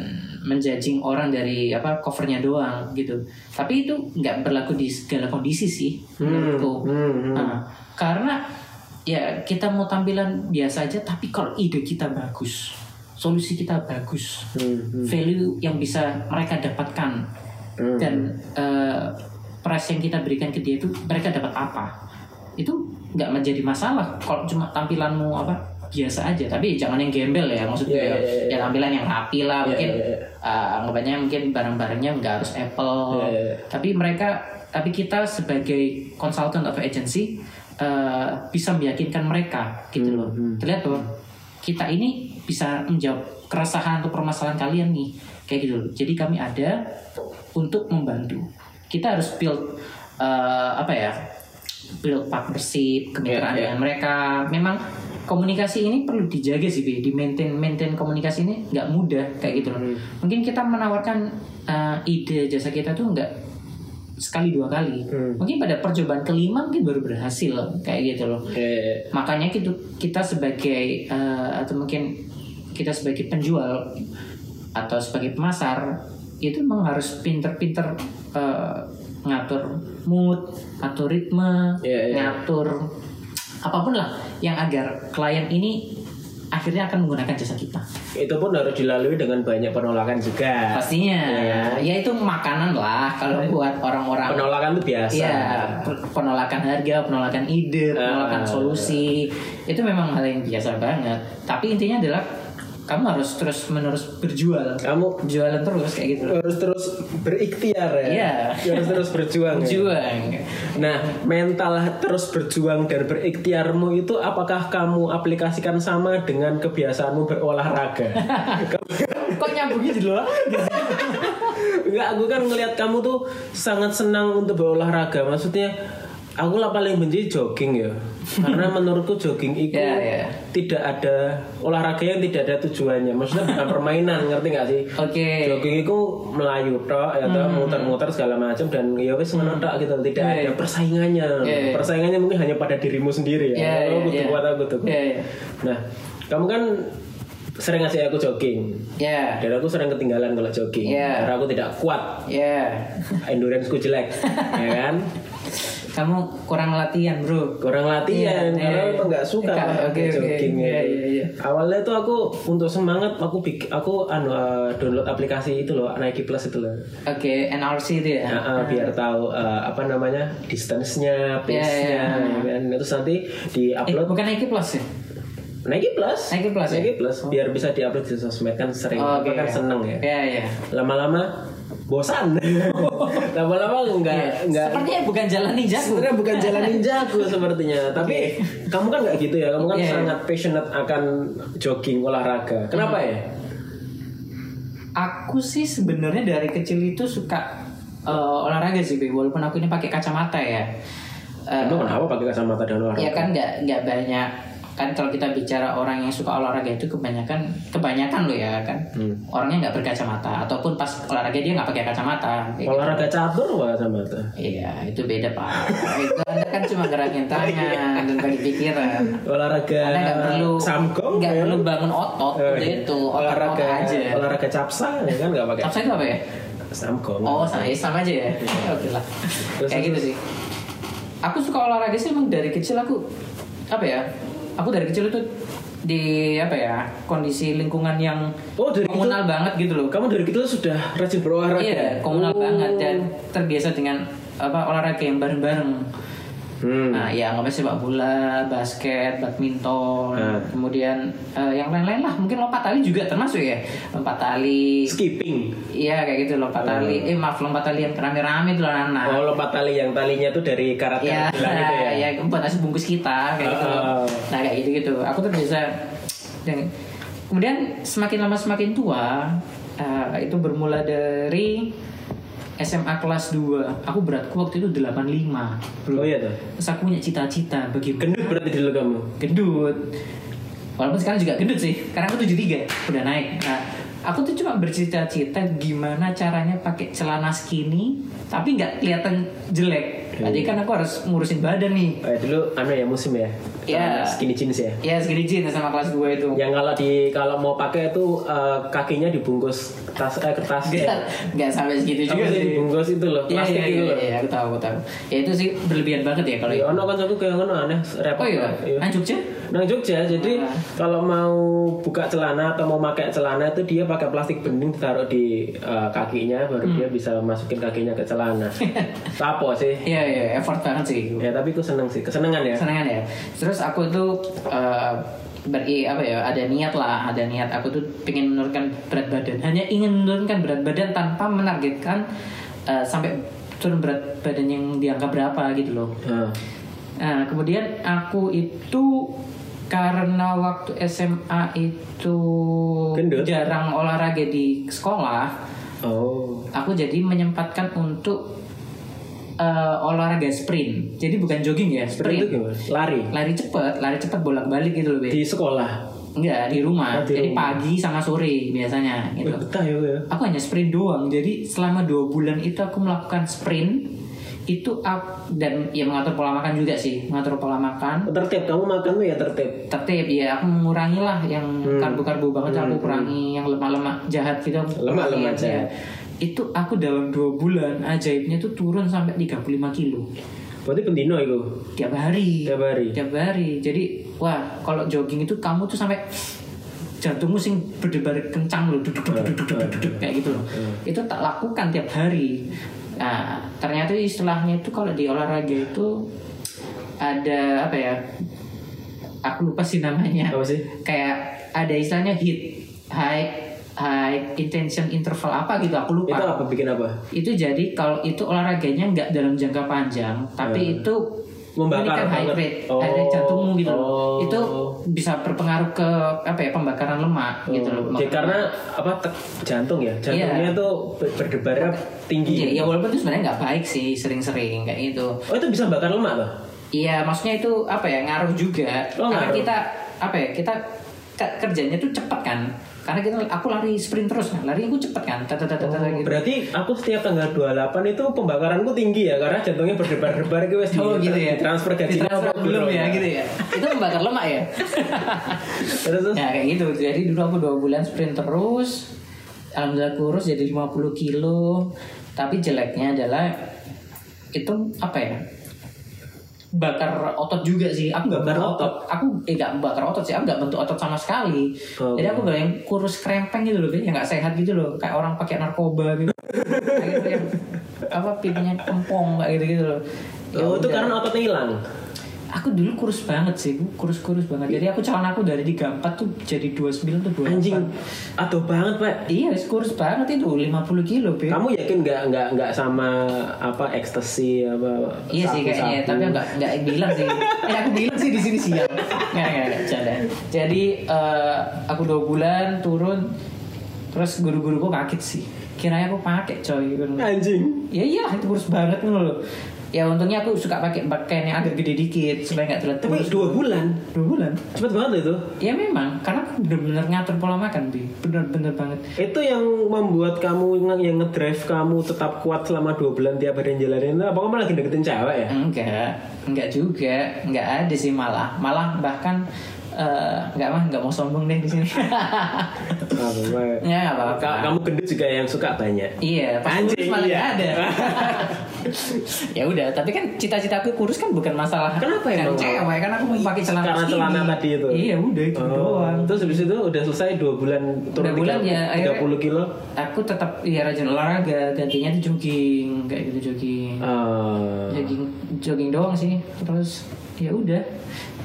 Speaker 2: menjudging orang dari apa covernya doang gitu. Tapi itu nggak berlaku di segala kondisi sih
Speaker 1: hmm,
Speaker 2: menurutku.
Speaker 1: hmm, hmm.
Speaker 2: Nah, karena ya kita mau tampilan biasa aja tapi kalau ide kita bagus, solusi kita bagus,
Speaker 1: Hmm, hmm.
Speaker 2: value yang bisa mereka dapatkan
Speaker 1: Hmm.
Speaker 2: dan eh, price yang kita berikan ke dia itu mereka dapat apa? Itu nggak menjadi masalah kalau cuma tampilanmu apa biasa aja tapi jangan yang gembel ya maksudnya
Speaker 1: Iya, iya, iya, iya.
Speaker 2: ya tampilan yang rapi lah
Speaker 1: Iya,
Speaker 2: mungkin
Speaker 1: iya, iya.
Speaker 2: eh, anggapannya mungkin barang-barangnya nggak harus Apple
Speaker 1: Iya, iya, iya.
Speaker 2: tapi mereka tapi kita sebagai consultant of agency eh, bisa meyakinkan mereka gitu loh
Speaker 1: Hmm, hmm.
Speaker 2: terlihat bahwa kita ini bisa menjawab keresahan atau permasalahan kalian nih kayak gitu loh jadi kami ada untuk membantu kita harus build eh, apa ya build partnership
Speaker 1: Iya,
Speaker 2: kemitraan
Speaker 1: iya.
Speaker 2: dengan mereka memang komunikasi ini perlu dijaga sih Bi. di maintain maintain komunikasi ini nggak mudah kayak gitu loh
Speaker 1: Hmm.
Speaker 2: mungkin kita menawarkan eh, ide jasa kita tuh nggak sekali dua kali
Speaker 1: Hmm.
Speaker 2: mungkin pada percobaan kelima mungkin baru berhasil kayak gitu loh
Speaker 1: Eh,
Speaker 2: makanya gitu kita sebagai eh, atau mungkin kita sebagai penjual atau sebagai pemasar itu memang harus pinter-pinter eh, ngatur mood, ngatur ritme,
Speaker 1: Iya, iya.
Speaker 2: ngatur apapun lah yang agar klien ini akhirnya akan menggunakan jasa kita.
Speaker 1: itu pun harus dilalui dengan banyak penolakan juga.
Speaker 2: Pastinya,
Speaker 1: Iya.
Speaker 2: ya itu makanan lah kalau buat orang-orang
Speaker 1: Penolakan itu biasa.
Speaker 2: Iya, per- penolakan harga, penolakan ide, penolakan
Speaker 1: Ah.
Speaker 2: solusi itu memang hal yang biasa banget. Tapi intinya adalah kamu harus terus menerus berjual,
Speaker 1: Kamu
Speaker 2: jualan terus kayak gitu.
Speaker 1: harus terus berikhtiar ya.
Speaker 2: Iya.
Speaker 1: Harus terus berjuang. ya.
Speaker 2: Berjuang.
Speaker 1: Nah, mental terus berjuang dan berikhtiarmu itu apakah kamu aplikasikan sama dengan kebiasaanmu berolahraga?
Speaker 2: Kok nyambungnya di luar?
Speaker 1: Enggak, aku kan ngelihat kamu tuh sangat senang untuk berolahraga. Maksudnya aku lah paling benci jogging ya. Karena menurutku jogging itu
Speaker 2: Iya, iya.
Speaker 1: tidak ada olahraga yang tidak ada tujuannya. Maksudnya bukan permainan, ngerti nggak sih?
Speaker 2: Oke.
Speaker 1: Jogging itu melayu tok ya toh, muter-muter segala macam dan ya wis ngono tok gitu. Tidak ada
Speaker 2: Iya, iya.
Speaker 1: persaingannya.
Speaker 2: Iya, iya.
Speaker 1: Persaingannya mungkin hanya pada dirimu sendiri ya.
Speaker 2: Iya,
Speaker 1: Aku
Speaker 2: iya,
Speaker 1: kudu
Speaker 2: iya.
Speaker 1: kuat, aku kudu kuat.
Speaker 2: Ya, ya.
Speaker 1: Nah, kamu kan sering ngasih aku jogging.
Speaker 2: Ya.
Speaker 1: Dan aku sering ketinggalan kalau jogging.
Speaker 2: Iya.
Speaker 1: Karena aku tidak kuat
Speaker 2: Ya.
Speaker 1: enduranceku jelek ya kan
Speaker 2: Kamu kurang latihan, Bro.
Speaker 1: kurang latihan
Speaker 2: Iya,
Speaker 1: karena
Speaker 2: iya.
Speaker 1: memang nggak suka
Speaker 2: Iya,
Speaker 1: kalau
Speaker 2: oke, oke.
Speaker 1: jogging ya.
Speaker 2: Iya, iya, iya.
Speaker 1: awalnya tuh aku untuk semangat aku bik- aku anu eh, download aplikasi itu loh Nike Plus itu loh
Speaker 2: Oke, NRC itu ya.
Speaker 1: Nah, eh, biar tahu eh, apa namanya distance-nya, pace-nya,
Speaker 2: Iya, iya,
Speaker 1: ya kan. terus nanti
Speaker 2: Eh,
Speaker 1: diupload
Speaker 2: bukan Nike Plus ya?
Speaker 1: Nike Plus,
Speaker 2: Nike Plus, ya?
Speaker 1: Plus, biar bisa diupload di sosmed kan sering,
Speaker 2: Oh, Oke.
Speaker 1: kan seneng ya.
Speaker 2: Ya, ya.
Speaker 1: Lama-lama bosan, lama-lama
Speaker 2: Ya,
Speaker 1: nggak nggak
Speaker 2: Sepertinya bukan jalan ninja.
Speaker 1: sebenarnya bukan jalan ninjaku sepertinya tapi kamu kan nggak gitu ya kamu kan
Speaker 2: Iya.
Speaker 1: sangat passionate akan jogging olahraga kenapa ya
Speaker 2: Aku sih sebenarnya dari kecil itu suka eh, olahraga sih, Be. walaupun aku ini pakai kacamata ya. Eh,
Speaker 1: emang kenapa pakai kacamata dan olahraga
Speaker 2: ya kan nggak nggak banyak kan kalau kita bicara orang yang suka olahraga itu kebanyakan kebanyakan loh ya kan
Speaker 1: Hmm.
Speaker 2: orangnya nggak berkacamata ataupun pas olahraga dia nggak pakai kacamata. Kayak gitu.
Speaker 1: olahraga catur apa kacamata
Speaker 2: Iya itu beda pak. itu anda kan cuma gerakin
Speaker 1: Iya.
Speaker 2: tangan dan bagi pikiran.
Speaker 1: olahraga
Speaker 2: Anda nggak perlu
Speaker 1: Eh, samgong
Speaker 2: nggak
Speaker 1: ya?
Speaker 2: perlu bangun otot
Speaker 1: Eh,
Speaker 2: udah itu otak
Speaker 1: olahraga
Speaker 2: aja.
Speaker 1: olahraga capsa ya kan nggak pakai
Speaker 2: Tapi itu apa ya?
Speaker 1: samgong
Speaker 2: Oh, sama, ya, sama aja ya. Oke
Speaker 1: Iya.
Speaker 2: lah.
Speaker 1: Terus,
Speaker 2: Kayak gitu sih. Aku suka olahraga sih emang dari kecil aku apa ya? Aku dari kecil itu di apa ya? Kondisi lingkungan yang
Speaker 1: Oh, dari
Speaker 2: komunal banget gitu loh.
Speaker 1: kamu dari kecil sudah rajin berolahraga
Speaker 2: Iya, komunal
Speaker 1: Oh.
Speaker 2: banget dan terbiasa dengan apa olahraga yang bareng-bareng.
Speaker 1: Hmm.
Speaker 2: Nah, ya nggak sepak bola, basket, badminton,
Speaker 1: Hmm.
Speaker 2: kemudian eh, yang lain-lain lah. Mungkin lompat tali juga termasuk ya, lompat tali.
Speaker 1: Skipping.
Speaker 2: Iya kayak gitu lompat tali. Eh maaf lompat tali yang rame-rame tuh anak-anak.
Speaker 1: Oh, lompat tali yang talinya tuh dari karat
Speaker 2: Ya,
Speaker 1: bilang gitu ya.
Speaker 2: ya, buat nasi bungkus kita kayak gitu.
Speaker 1: Ah.
Speaker 2: Nah, kayak gitu-gitu. Aku tuh bisa dan kemudian semakin lama semakin tua eh, itu bermula dari SMA kelas 2. Aku beratku waktu itu 85.
Speaker 1: Oh iya tuh.
Speaker 2: Terus aku punya cita-cita bagi
Speaker 1: Gendut berarti dulu kamu.
Speaker 2: gendut. Walaupun sekarang juga gendut sih. Karena aku 73, udah naik. Nah, aku tuh cuma bercita-cita gimana caranya pakai celana skinny tapi nggak kelihatan jelek.
Speaker 1: Iya.
Speaker 2: Jadi kan aku harus ngurusin badan nih.
Speaker 1: Eh, dulu anu ya musim ya. Eh,
Speaker 2: Iya.
Speaker 1: Skinny jeans ya.
Speaker 2: Ya segini jin sama kelas 2 itu.
Speaker 1: Yang kalau di kalau mau pakai itu eh, kakinya dibungkus tas eh, kertas
Speaker 2: Nggak-
Speaker 1: ya.
Speaker 2: Nggak sampai
Speaker 1: Apa
Speaker 2: segitu Iya juga
Speaker 1: sih
Speaker 2: sih.
Speaker 1: dibungkus itu loh,
Speaker 2: Iya,
Speaker 1: plastik
Speaker 2: iya,
Speaker 1: itu
Speaker 2: iya,
Speaker 1: loh.
Speaker 2: iya, aku tahu, aku tahu. Ya itu sih berlebihan banget ya kalau
Speaker 1: Ya,
Speaker 2: itu.
Speaker 1: ono kan aku kayak ngono aneh repot.
Speaker 2: Oh iya,
Speaker 1: banget, iya.
Speaker 2: nah Jogja?
Speaker 1: Nang Jogja, jadi
Speaker 2: Ah.
Speaker 1: kalau mau buka celana atau mau pakai celana itu dia pakai plastik bening ditaruh di eh, kakinya, baru
Speaker 2: Hmm.
Speaker 1: dia bisa masukin kakinya ke celana. Sapo sih?
Speaker 2: Iya, iya, effort banget sih.
Speaker 1: Ya tapi aku seneng sih, kesenangan ya.
Speaker 2: Senengan ya. Terus aku tuh eh, beri apa ya ada niat lah ada niat aku tuh pengen menurunkan berat badan hanya ingin menurunkan berat badan tanpa menargetkan eh, sampai turun berat badan yang dianggap berapa gitu loh
Speaker 1: Nah,
Speaker 2: Nah, kemudian aku itu karena waktu SMA itu
Speaker 1: Gendut.
Speaker 2: jarang olahraga di sekolah,
Speaker 1: Oh,
Speaker 2: aku jadi menyempatkan untuk eh, olahraga sprint. Jadi bukan jogging ya,
Speaker 1: seperti itu
Speaker 2: sprint.
Speaker 1: gimana? Lari
Speaker 2: Lari cepat, lari cepat bolak-balik gitu loh, Be.
Speaker 1: di sekolah.
Speaker 2: Enggak, di
Speaker 1: Oh,
Speaker 2: rumah.
Speaker 1: di
Speaker 2: jadi
Speaker 1: rumah.
Speaker 2: pagi sama sore biasanya
Speaker 1: Wih,
Speaker 2: gitu.
Speaker 1: Betah ya. ya.
Speaker 2: Aku hanya sprint doang. Jadi selama dua bulan itu aku melakukan sprint itu ak- dan ya mengatur pola makan juga sih, mengatur pola makan.
Speaker 1: Tertib, kamu makan tuh ya tertib.
Speaker 2: tertib ya aku mengurangi lah yang
Speaker 1: Hmm.
Speaker 2: karbo-karbo banget aku kurangi yang lemak-lemak jahat gitu aku kurangi
Speaker 1: Lemak-lemak
Speaker 2: aja.
Speaker 1: jahat.
Speaker 2: itu aku dalam dua bulan ajaibnya tuh turun sampai 35 kilo
Speaker 1: Berarti pendino itu
Speaker 2: tiap hari
Speaker 1: tiap hari.
Speaker 2: Iya. tiap hari jadi wah kalau jogging itu kamu tuh sampai jantungmu sing berdebar kencang loh duduk duduk duduk duduk, duduk, kayak gitu loh
Speaker 1: Iya.
Speaker 2: itu tak lakukan tiap hari nah ternyata istilahnya itu kalau di olahraga itu ada apa ya aku lupa sih namanya
Speaker 1: Apa sih?
Speaker 2: kayak ada istilahnya hit high high intention interval apa gitu aku lupa
Speaker 1: Itu apa bikin apa?
Speaker 2: itu jadi kalau itu olahraganya nggak dalam jangka panjang tapi itu
Speaker 1: Iya. Membakar
Speaker 2: menaikkan high
Speaker 1: banget.
Speaker 2: rate
Speaker 1: Oh.
Speaker 2: high rate jantungmu gitu loh
Speaker 1: Oh.
Speaker 2: itu bisa berpengaruh ke apa ya pembakaran lemak gitu loh
Speaker 1: Ya, karena apa tek- jantung ya jantungnya tuh ber- berdebarnya
Speaker 2: Iya,
Speaker 1: tinggi.
Speaker 2: ya walaupun itu sebenarnya nggak baik sih sering-sering kayak gitu.
Speaker 1: Oh itu bisa bakar lemak loh.
Speaker 2: Iya, maksudnya itu apa ya ngaruh juga.
Speaker 1: Oh,
Speaker 2: karena
Speaker 1: ngaruh.
Speaker 2: kita apa ya kita ke- kerjanya tuh cepat kan. Karena kita aku lari sprint terus kan, lari aku cepat kan. Tata tata
Speaker 1: Oh,
Speaker 2: tata gitu.
Speaker 1: Berarti aku setiap tanggal 28 itu pembakaranku tinggi ya karena jantungnya berdebar-debar gitu wes.
Speaker 2: Oh gitu ya.
Speaker 1: Transfer gajinya
Speaker 2: Ditransfer
Speaker 1: apa
Speaker 2: belum
Speaker 1: belum?
Speaker 2: ya gitu ya. Itu membakar lemak ya.
Speaker 1: Terus terus,
Speaker 2: ya kayak gitu. Jadi dulu aku dua bulan sprint terus. Alhamdulillah kurus jadi 50 kilo. Tapi jeleknya adalah itu apa ya? bakar otot juga sih aku nggak
Speaker 1: Bakar
Speaker 2: bentuk aku eh nggak bakar otot sih aku nggak bentuk otot sama sekali
Speaker 1: Oh.
Speaker 2: jadi aku gak yang kurus krempeng gitu loh ya nggak sehat gitu loh kayak orang pakai narkoba gitu kayak gitu yang apa pipinya kempong kayak gitu gitu loh Ya
Speaker 1: oh itu
Speaker 2: udah.
Speaker 1: karena ototnya hilang.
Speaker 2: Aku dulu kurus banget sih, aku kurus-kurus banget. Jadi aku celana aku dari 34 tuh jadi 29 tuh 28.
Speaker 1: Anjing, aduh banget pak.
Speaker 2: Iya, wis kurus banget itu 50 kilo, Be.
Speaker 1: Kamu yakin nggak nggak nggak sama apa ekstasi apa?
Speaker 2: Iya sih kayaknya,
Speaker 1: sabu-sabu?
Speaker 2: tapi enggak enggak bilang sih. Eh aku bilang sih di sini siang. Enggak enggak enggak canda. Jadi eh, aku dua bulan turun terus guru-guruku kaget sih. Kiranya aku pakai coy.
Speaker 1: Anjing.
Speaker 2: Ya iya, itu kurus banget ngono loh. Ya untungnya aku suka pakai pakaian yang agak gede dikit supaya enggak terlihat
Speaker 1: Tapi
Speaker 2: kurus.
Speaker 1: dua bulan,
Speaker 2: dua bulan.
Speaker 1: cepet banget itu.
Speaker 2: Ya memang, karena aku bener-bener ngatur pola makan, Bi. Bener-bener banget.
Speaker 1: Itu yang membuat kamu nge- yang ngedrive kamu tetap kuat selama dua bulan tiap hari jalanin itu apa kamu lagi deketin cewek ya?
Speaker 2: Enggak, enggak juga. Enggak ada sih malah. Malah bahkan eh, enggak mah enggak mau sombong deh di sini.
Speaker 1: Apa, Pak?
Speaker 2: ya enggak apa-apa.
Speaker 1: Ka- Kamu gendut juga yang suka banyak.
Speaker 2: Iya, pas
Speaker 1: Anjing,
Speaker 2: kurus malah
Speaker 1: iya.
Speaker 2: enggak ada. ya udah, tapi kan cita-citaku kurus kan bukan masalah.
Speaker 1: Kenapa ya,
Speaker 2: kan
Speaker 1: Bang?
Speaker 2: cewek? Karena aku mau pakai celana
Speaker 1: Karena
Speaker 2: skinny.
Speaker 1: celana tadi itu. Oh.
Speaker 2: Iya udah itu doang.
Speaker 1: Terus habis itu udah selesai dua bulan turun
Speaker 2: Dua bulan
Speaker 1: 30,
Speaker 2: ya, akhirnya-
Speaker 1: 30 kilo.
Speaker 2: Aku tetap ya rajin olahraga, gantinya tuh jogging, kayak gitu jogging.
Speaker 1: Eh,
Speaker 2: Jogging jogging doang sih. Terus ya udah,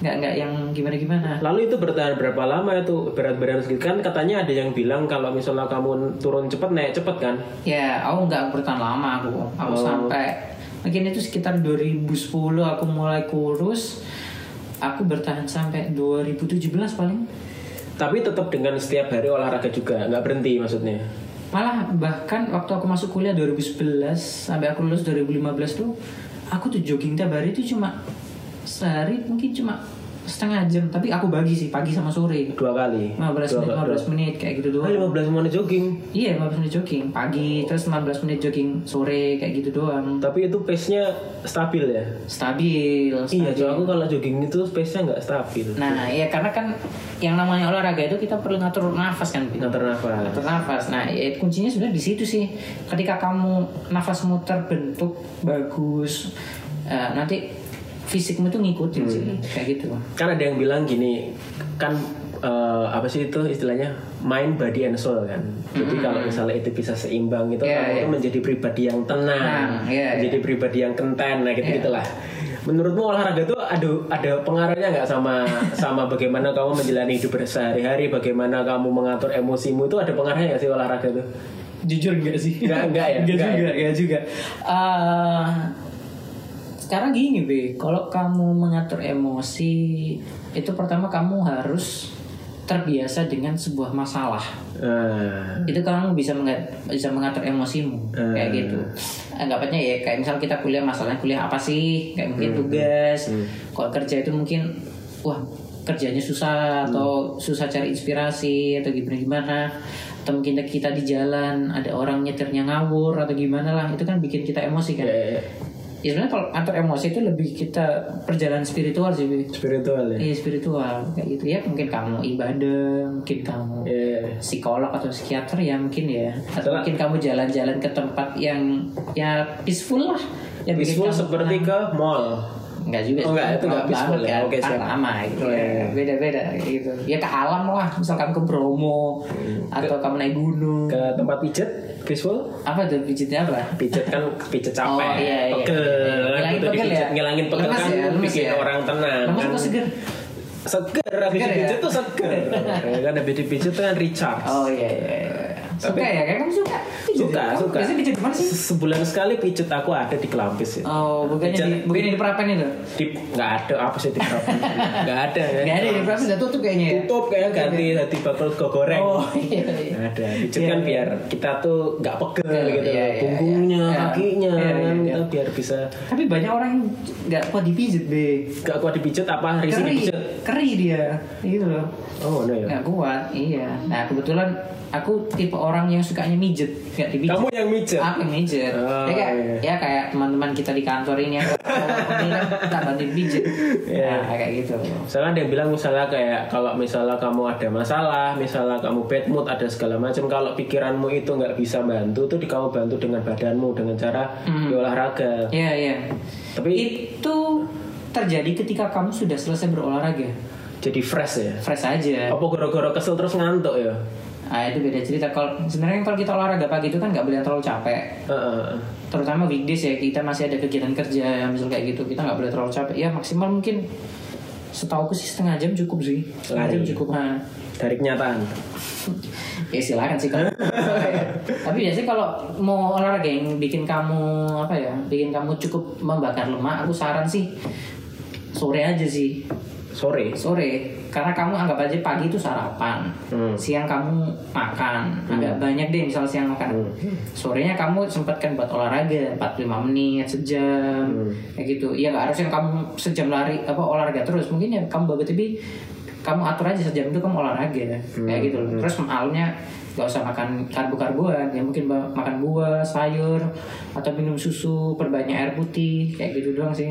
Speaker 2: nggak nggak yang gimana gimana.
Speaker 1: Lalu itu bertahan berapa lama itu berat badan segitu kan katanya ada yang bilang kalau misalnya kamu turun cepet naik cepet kan?
Speaker 2: Ya, aku nggak bertahan lama aku. Aku sampai mungkin itu sekitar 2010 aku mulai kurus. Aku bertahan sampai 2017 paling.
Speaker 1: Tapi tetap dengan setiap hari olahraga juga nggak berhenti maksudnya.
Speaker 2: Malah bahkan waktu aku masuk kuliah 2011 sampai aku lulus 2015 tuh aku tuh jogging tiap hari itu cuma sehari mungkin cuma setengah jam tapi aku bagi sih pagi sama sore 15
Speaker 1: Dua kali.
Speaker 2: menit 15 menit kayak gitu doang
Speaker 1: lima 15 menit jogging.
Speaker 2: iya 15 menit jogging pagi terus 15 menit jogging sore kayak gitu doang
Speaker 1: Tapi itu pace-nya stabil ya.
Speaker 2: stabil, stabil.
Speaker 1: Iya, cuma aku kalau jogging itu pace-nya nggak stabil.
Speaker 2: Nah, ya karena kan yang namanya olahraga itu kita perlu ngatur nafas kan, Bi?
Speaker 1: Ngatur nafas.
Speaker 2: ngatur nafas. Nah, ya kuncinya sebenarnya di situ sih. Ketika kamu nafasmu terbentuk bagus, eh, nanti fisikmu tuh ngikutin sih, kayak gitu.
Speaker 1: Kan ada yang bilang gini, kan eh, apa sih itu istilahnya mind body and soul kan. Jadi
Speaker 2: Mm-hmm.
Speaker 1: kalau misalnya itu bisa seimbang gitu,
Speaker 2: Iya,
Speaker 1: kamu
Speaker 2: iya.
Speaker 1: tuh menjadi pribadi yang tenang,
Speaker 2: Tenang, iya,
Speaker 1: menjadi pribadi yang kenten, nah gitu gitulah. Menurutmu olahraga tuh ada ada pengaruhnya nggak sama sama bagaimana kamu menjalani hidup sehari-hari, bagaimana kamu mengatur emosimu itu ada pengaruhnya nggak sih olahraga tuh?
Speaker 2: Jujur enggak sih?
Speaker 1: Nggak- nggak ya?
Speaker 2: Nggak
Speaker 1: Nggak
Speaker 2: juga, nggak juga. Eh, sekarang gini, Be. Kalau kamu mengatur emosi, itu pertama kamu harus terbiasa dengan sebuah masalah.
Speaker 1: Eh,
Speaker 2: itu kamu bisa mengat- bisa mengatur emosimu
Speaker 1: Hmm.
Speaker 2: kayak gitu anggapannya ya kayak misal kita kuliah masalahnya kuliah apa sih kayak mungkin tugas kalau kerja itu mungkin wah kerjanya susah atau susah cari inspirasi atau gimana gimana atau mungkin kita di jalan ada orang nyetirnya ngawur atau gimana lah itu kan bikin kita emosi kan
Speaker 1: kayak
Speaker 2: ya sebenarnya kalau atur emosi itu lebih kita perjalanan spiritual sih Bi.
Speaker 1: spiritual ya.
Speaker 2: Iya spiritual kayak gitu ya mungkin kamu ibadah mungkin kamu
Speaker 1: Iya.
Speaker 2: psikolog atau psikiater ya mungkin ya atau
Speaker 1: Karena-
Speaker 2: mungkin kamu jalan-jalan ke tempat yang ya peaceful lah ya bikin
Speaker 1: Peaceful
Speaker 2: kamu
Speaker 1: seperti ke mall.
Speaker 2: tenang. enggak juga
Speaker 1: Oh,
Speaker 2: sih,
Speaker 1: enggak, itu enggak
Speaker 2: banget
Speaker 1: peaceful ya.
Speaker 2: kan,
Speaker 1: Oke,
Speaker 2: kan
Speaker 1: siap.
Speaker 2: lama gitu
Speaker 1: Oh,
Speaker 2: ya.
Speaker 1: iya.
Speaker 2: beda-beda gitu ya ke alam lah misalkan ke Bromo
Speaker 1: Hmm.
Speaker 2: atau kamu naik gunung
Speaker 1: ke tempat pijet visual
Speaker 2: apa tuh pijitnya apa
Speaker 1: pijet kan pijet capek
Speaker 2: Oh, iya, iya.
Speaker 1: pegel
Speaker 2: Ngilangin
Speaker 1: Butuh
Speaker 2: pegel ya?
Speaker 1: dipijet, ngilangin pegel
Speaker 2: Lemes
Speaker 1: kan
Speaker 2: ya, lemes
Speaker 1: bikin
Speaker 2: ya.
Speaker 1: orang tenang
Speaker 2: kamu
Speaker 1: kan
Speaker 2: suka seger
Speaker 1: seger habis
Speaker 2: Seger ya?
Speaker 1: dipijet tuh seger Ya kan habis dipijet tuh kan recharge
Speaker 2: oh iya iya iya.
Speaker 1: Tapi-
Speaker 2: suka ya kan kamu suka pijit
Speaker 1: suka
Speaker 2: ya? Kamu
Speaker 1: suka
Speaker 2: biasanya pijit di mana sih
Speaker 1: Se- sebulan sekali pijet aku ada di Kelampis ya.
Speaker 2: oh bukannya di
Speaker 1: Pijat-
Speaker 2: bukannya di perapan itu
Speaker 1: di nggak ada apa sih di Kelampis nggak ada ya
Speaker 2: Gak ada di perapan udah tutup kayaknya ya
Speaker 1: tutup kayaknya ganti ganti bakul sego goreng
Speaker 2: oh iya iya
Speaker 1: Nggak ada pijet kan biar kita tuh nggak pegel
Speaker 2: Pegel,
Speaker 1: gitu
Speaker 2: iya, iya,
Speaker 1: punggungnya
Speaker 2: iya.
Speaker 1: kakinya
Speaker 2: Iya, iya,
Speaker 1: kan
Speaker 2: iya.
Speaker 1: kita biar bisa
Speaker 2: Tapi banyak orang yang nggak kuat dipijit be.
Speaker 1: gak kuat dipijet apa risih
Speaker 2: Keri,
Speaker 1: dipijet
Speaker 2: keri dia, gitu loh.
Speaker 1: oh no ya
Speaker 2: Nggak kuat, iya. Nah kebetulan aku tipe orang yang sukanya mijet, nggak dipijit.
Speaker 1: Kamu yang mijet.
Speaker 2: Aku yang mijet.
Speaker 1: Oh,
Speaker 2: ya kayak,
Speaker 1: iya.
Speaker 2: ya kayak teman-teman kita di kantor ini yang kalau ini kan tak bantuin pijet.
Speaker 1: Iya.
Speaker 2: Nah, kayak gitu.
Speaker 1: Misalnya ada yang bilang misalnya kayak kalau misalnya kamu ada masalah, misalnya kamu bad mood ada segala macam, kalau pikiranmu itu nggak bisa bantu tuh di- kamu bantu dengan badanmu dengan cara di olahraga.
Speaker 2: Iya, iya.
Speaker 1: Tapi-
Speaker 2: itu terjadi ketika kamu sudah selesai berolahraga.
Speaker 1: Jadi fresh ya.
Speaker 2: Fresh aja.
Speaker 1: Apa goro-goro kesel terus ngantuk ya?
Speaker 2: Ah itu beda cerita. Kalau sebenarnya kalau kita olahraga pagi itu kan nggak boleh terlalu capek.
Speaker 1: Heeh.
Speaker 2: terutama weekdays ya kita masih ada kegiatan kerja misal kayak gitu kita nggak boleh terlalu capek ya maksimal mungkin setauku sih setengah jam cukup sih setengah jam cukup nah,
Speaker 1: Dari kenyataan.
Speaker 2: ya silakan sih kalau tapi biasanya kalau mau olahraga yang bikin kamu apa ya bikin kamu cukup membakar lemak aku saran sih sore aja sih
Speaker 1: Sore.
Speaker 2: sore karena kamu anggap aja pagi itu sarapan siang kamu makan agak banyak deh misal siang makan sorenya kamu sempatkan buat olahraga 45 menit sejam kayak gitu ya nggak harus yang kamu sejam lari apa olahraga terus mungkin ya kamu bagus tapi kamu atur aja sejam itu kamu olahraga kayak gitu loh terus malamnya nggak usah makan karbo-karboan ya mungkin ba- makan buah sayur atau minum susu perbanyak air putih kayak gitu doang sih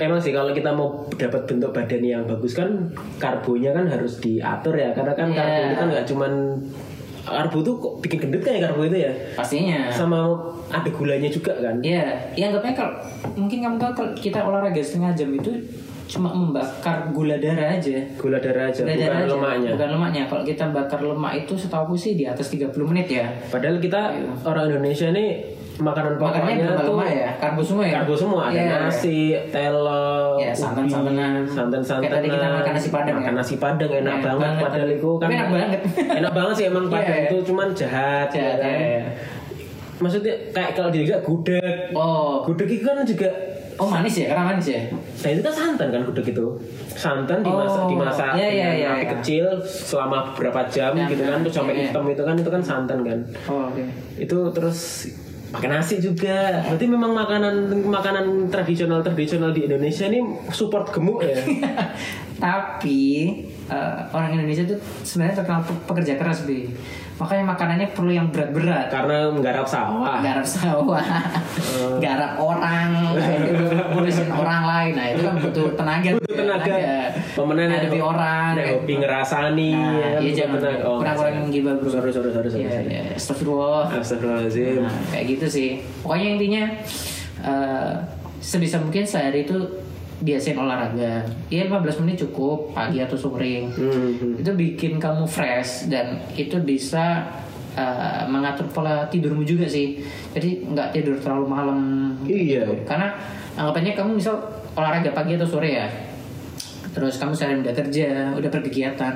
Speaker 1: Emang sih kalau kita mau dapat bentuk badan yang bagus kan karbonya kan harus diatur ya karena kan karbo
Speaker 2: Iya.
Speaker 1: itu kan nggak cuman karbo tuh kok bikin gendut kan ya karbo itu ya
Speaker 2: pastinya
Speaker 1: sama ada gulanya juga kan
Speaker 2: Iya, ya anggapnya kalau mungkin kamu tahu kalau kita olahraga setengah jam itu cuma membakar gula darah aja.
Speaker 1: gula darah aja
Speaker 2: Gula
Speaker 1: Iya, bukan
Speaker 2: darah aja,
Speaker 1: lemaknya
Speaker 2: Bukan lemaknya. Kalau kita bakar lemak itu setahu aku sih di atas 30 menit ya.
Speaker 1: padahal kita orang Indonesia nih makanan
Speaker 2: Makannya
Speaker 1: pokoknya
Speaker 2: berapa
Speaker 1: tuh
Speaker 2: lemak ya? Karbo semua ya?
Speaker 1: karbo semua ada
Speaker 2: Iya.
Speaker 1: nasi telo
Speaker 2: Ya, santan-santanan.
Speaker 1: santan
Speaker 2: Kayak tadi kita makan nasi padang ya?
Speaker 1: nasi padang enak
Speaker 2: Enak
Speaker 1: banget
Speaker 2: banget.
Speaker 1: padahal itu kan
Speaker 2: Tapi enak banget.
Speaker 1: enak banget sih emang
Speaker 2: Iya,
Speaker 1: padang
Speaker 2: iya.
Speaker 1: itu cuman jahat, ya
Speaker 2: Jahat,
Speaker 1: kan?
Speaker 2: iya.
Speaker 1: maksudnya kayak kalau dilihat gudeg
Speaker 2: Oh,
Speaker 1: gudeg itu kan juga
Speaker 2: oh manis ya? Karena manis ya?
Speaker 1: nah itu kan santan kan gudeg itu santan dimasak
Speaker 2: Oh,
Speaker 1: dimasak
Speaker 2: iya, iya,
Speaker 1: dengan
Speaker 2: iya,
Speaker 1: api
Speaker 2: iya.
Speaker 1: kecil selama beberapa jam
Speaker 2: Iya,
Speaker 1: gitu
Speaker 2: iya,
Speaker 1: kan terus sampai
Speaker 2: iya, iya.
Speaker 1: hitam itu kan itu kan santan kan
Speaker 2: Oh, oke.
Speaker 1: itu terus makan nasi juga berarti memang makanan makanan tradisional tradisional di Indonesia ini support gemuk ya
Speaker 2: Tapi eh, orang Indonesia itu sebenarnya terkenal pe- pekerja keras, Bi. Makanya makanannya perlu yang berat-berat.
Speaker 1: karena menggarap sawah
Speaker 2: garap sawah,
Speaker 1: Eh.
Speaker 2: garap orang, ngurusin orang lain. Nah itu kan butuh tenaga,
Speaker 1: butuh tenaga pemenang
Speaker 2: iya. ada di orang. eh.
Speaker 1: yang hobi ngerasani
Speaker 2: Nah,
Speaker 1: ya kan,
Speaker 2: iya
Speaker 1: butuh
Speaker 2: jangan
Speaker 1: tenaga. Oh,
Speaker 2: kurang-kurang
Speaker 1: sorry.
Speaker 2: gibah bro.
Speaker 1: sorry sorry sorry sorry
Speaker 2: Iya,
Speaker 1: sorry. Ah.
Speaker 2: iya, Astagfirullah.
Speaker 1: Astagfirullahaladzim
Speaker 2: Nah, kayak gitu sih. Pokoknya intinya eh, sebisa mungkin sehari itu biasain olahraga. Ya 15 menit cukup pagi atau sore.
Speaker 1: Hmm.
Speaker 2: Itu bikin kamu fresh dan itu bisa eh, mengatur pola tidurmu juga sih. Jadi nggak tidur terlalu malam. gitu.
Speaker 1: Iya.
Speaker 2: Karena anggapannya kamu misal olahraga pagi atau sore ya. Terus kamu seharian udah kerja, udah berkegiatan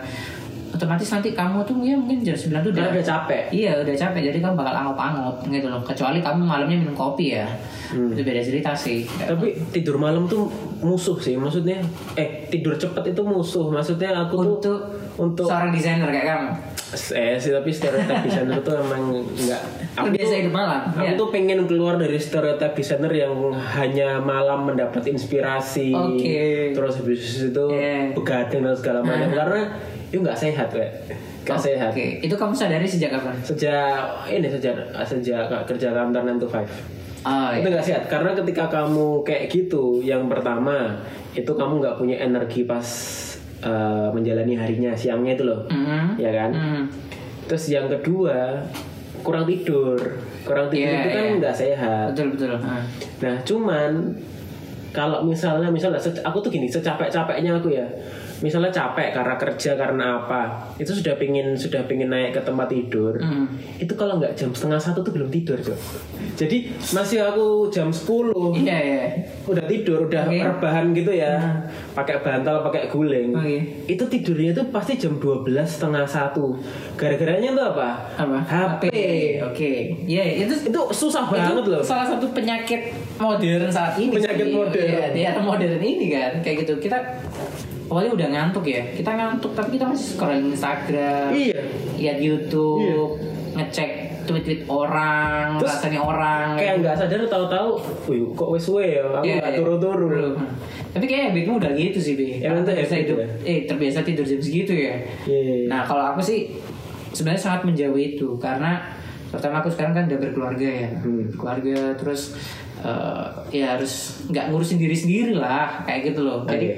Speaker 2: otomatis nanti kamu tuh ya mungkin jam 9 tuh
Speaker 1: Karena
Speaker 2: udah
Speaker 1: udah capek
Speaker 2: Iya udah capek jadi kamu bakal anggap-anggap gitu loh Kecuali kamu malamnya minum kopi ya
Speaker 1: Hmm.
Speaker 2: Itu beda cerita sih
Speaker 1: tapi tidur malam tuh musuh sih maksudnya eh tidur cepet itu musuh maksudnya aku tuh
Speaker 2: Untuk,
Speaker 1: untuk
Speaker 2: seorang desainer kayak kamu
Speaker 1: eh sih tapi stereotip desainer tuh emang enggak aku
Speaker 2: Terbiasa
Speaker 1: tuh-
Speaker 2: Kan hidup malam
Speaker 1: Aku
Speaker 2: ya.
Speaker 1: tuh pengen keluar dari stereotip desainer yang hanya malam mendapat inspirasi,
Speaker 2: Oke.
Speaker 1: terus habis itu
Speaker 2: Iya.
Speaker 1: begadang dan segala macam karena itu nggak sehat, Wek. Nggak
Speaker 2: Oh, Oke,
Speaker 1: sehat.
Speaker 2: Itu kamu sadari sejak kapan?
Speaker 1: Sejak ini sejak sejak kerja kantor 9 to 5
Speaker 2: Oh,
Speaker 1: itu nggak sehat karena ketika kamu kayak gitu yang pertama itu kamu nggak punya energi pas eh, menjalani harinya siangnya itu loh
Speaker 2: Mhm.
Speaker 1: ya kan
Speaker 2: Mhm.
Speaker 1: terus yang kedua kurang tidur kurang tidur
Speaker 2: Iya,
Speaker 1: itu kan
Speaker 2: iya.
Speaker 1: nggak sehat
Speaker 2: Betul betul Ah.
Speaker 1: nah cuman kalau misalnya misalnya se- aku tuh gini secapek capeknya aku ya misalnya capek karena kerja karena apa itu sudah pingin sudah pingin naik ke tempat tidur
Speaker 2: Mhm.
Speaker 1: itu kalau nggak jam setengah satu tuh belum tidur Cok. jadi masih aku jam 10
Speaker 2: Iya iya
Speaker 1: udah tidur udah
Speaker 2: Oke. Nah.
Speaker 1: rebahan gitu ya pakai bantal pakai guling
Speaker 2: Oke.
Speaker 1: itu tidurnya tuh pasti jam 12 setengah satu gara-garanya tuh apa
Speaker 2: Apa?
Speaker 1: HP
Speaker 2: Oke Iya itu
Speaker 1: itu susah banget
Speaker 2: itu
Speaker 1: loh
Speaker 2: salah satu penyakit modern saat ini
Speaker 1: Penyakit
Speaker 2: sih.
Speaker 1: modern.
Speaker 2: Iya, di era modern ini kan kayak gitu kita awalnya udah ngantuk ya kita ngantuk tapi kita masih scrolling Instagram
Speaker 1: Iya.
Speaker 2: lihat YouTube ngecek tweet-tweet orang
Speaker 1: Terus
Speaker 2: rasanya orang
Speaker 1: kayak nggak sadar tahu-tahu wih kok wes we ya aku
Speaker 2: Iya,
Speaker 1: nggak
Speaker 2: iya.
Speaker 1: turu-turu
Speaker 2: Belum. tapi kayaknya habitmu udah gitu sih Bi
Speaker 1: Emang tuh
Speaker 2: terbiasa
Speaker 1: habit
Speaker 2: hidup
Speaker 1: ya?
Speaker 2: eh terbiasa tidur jam segitu ya
Speaker 1: Iya, iya, iya.
Speaker 2: nah kalau aku sih sebenarnya sangat menjauhi itu karena pertama aku sekarang kan udah berkeluarga ya
Speaker 1: Hmm.
Speaker 2: keluarga terus eh, ya harus nggak ngurusin diri sendiri lah kayak gitu
Speaker 1: Oh,
Speaker 2: loh
Speaker 1: iya.
Speaker 2: jadi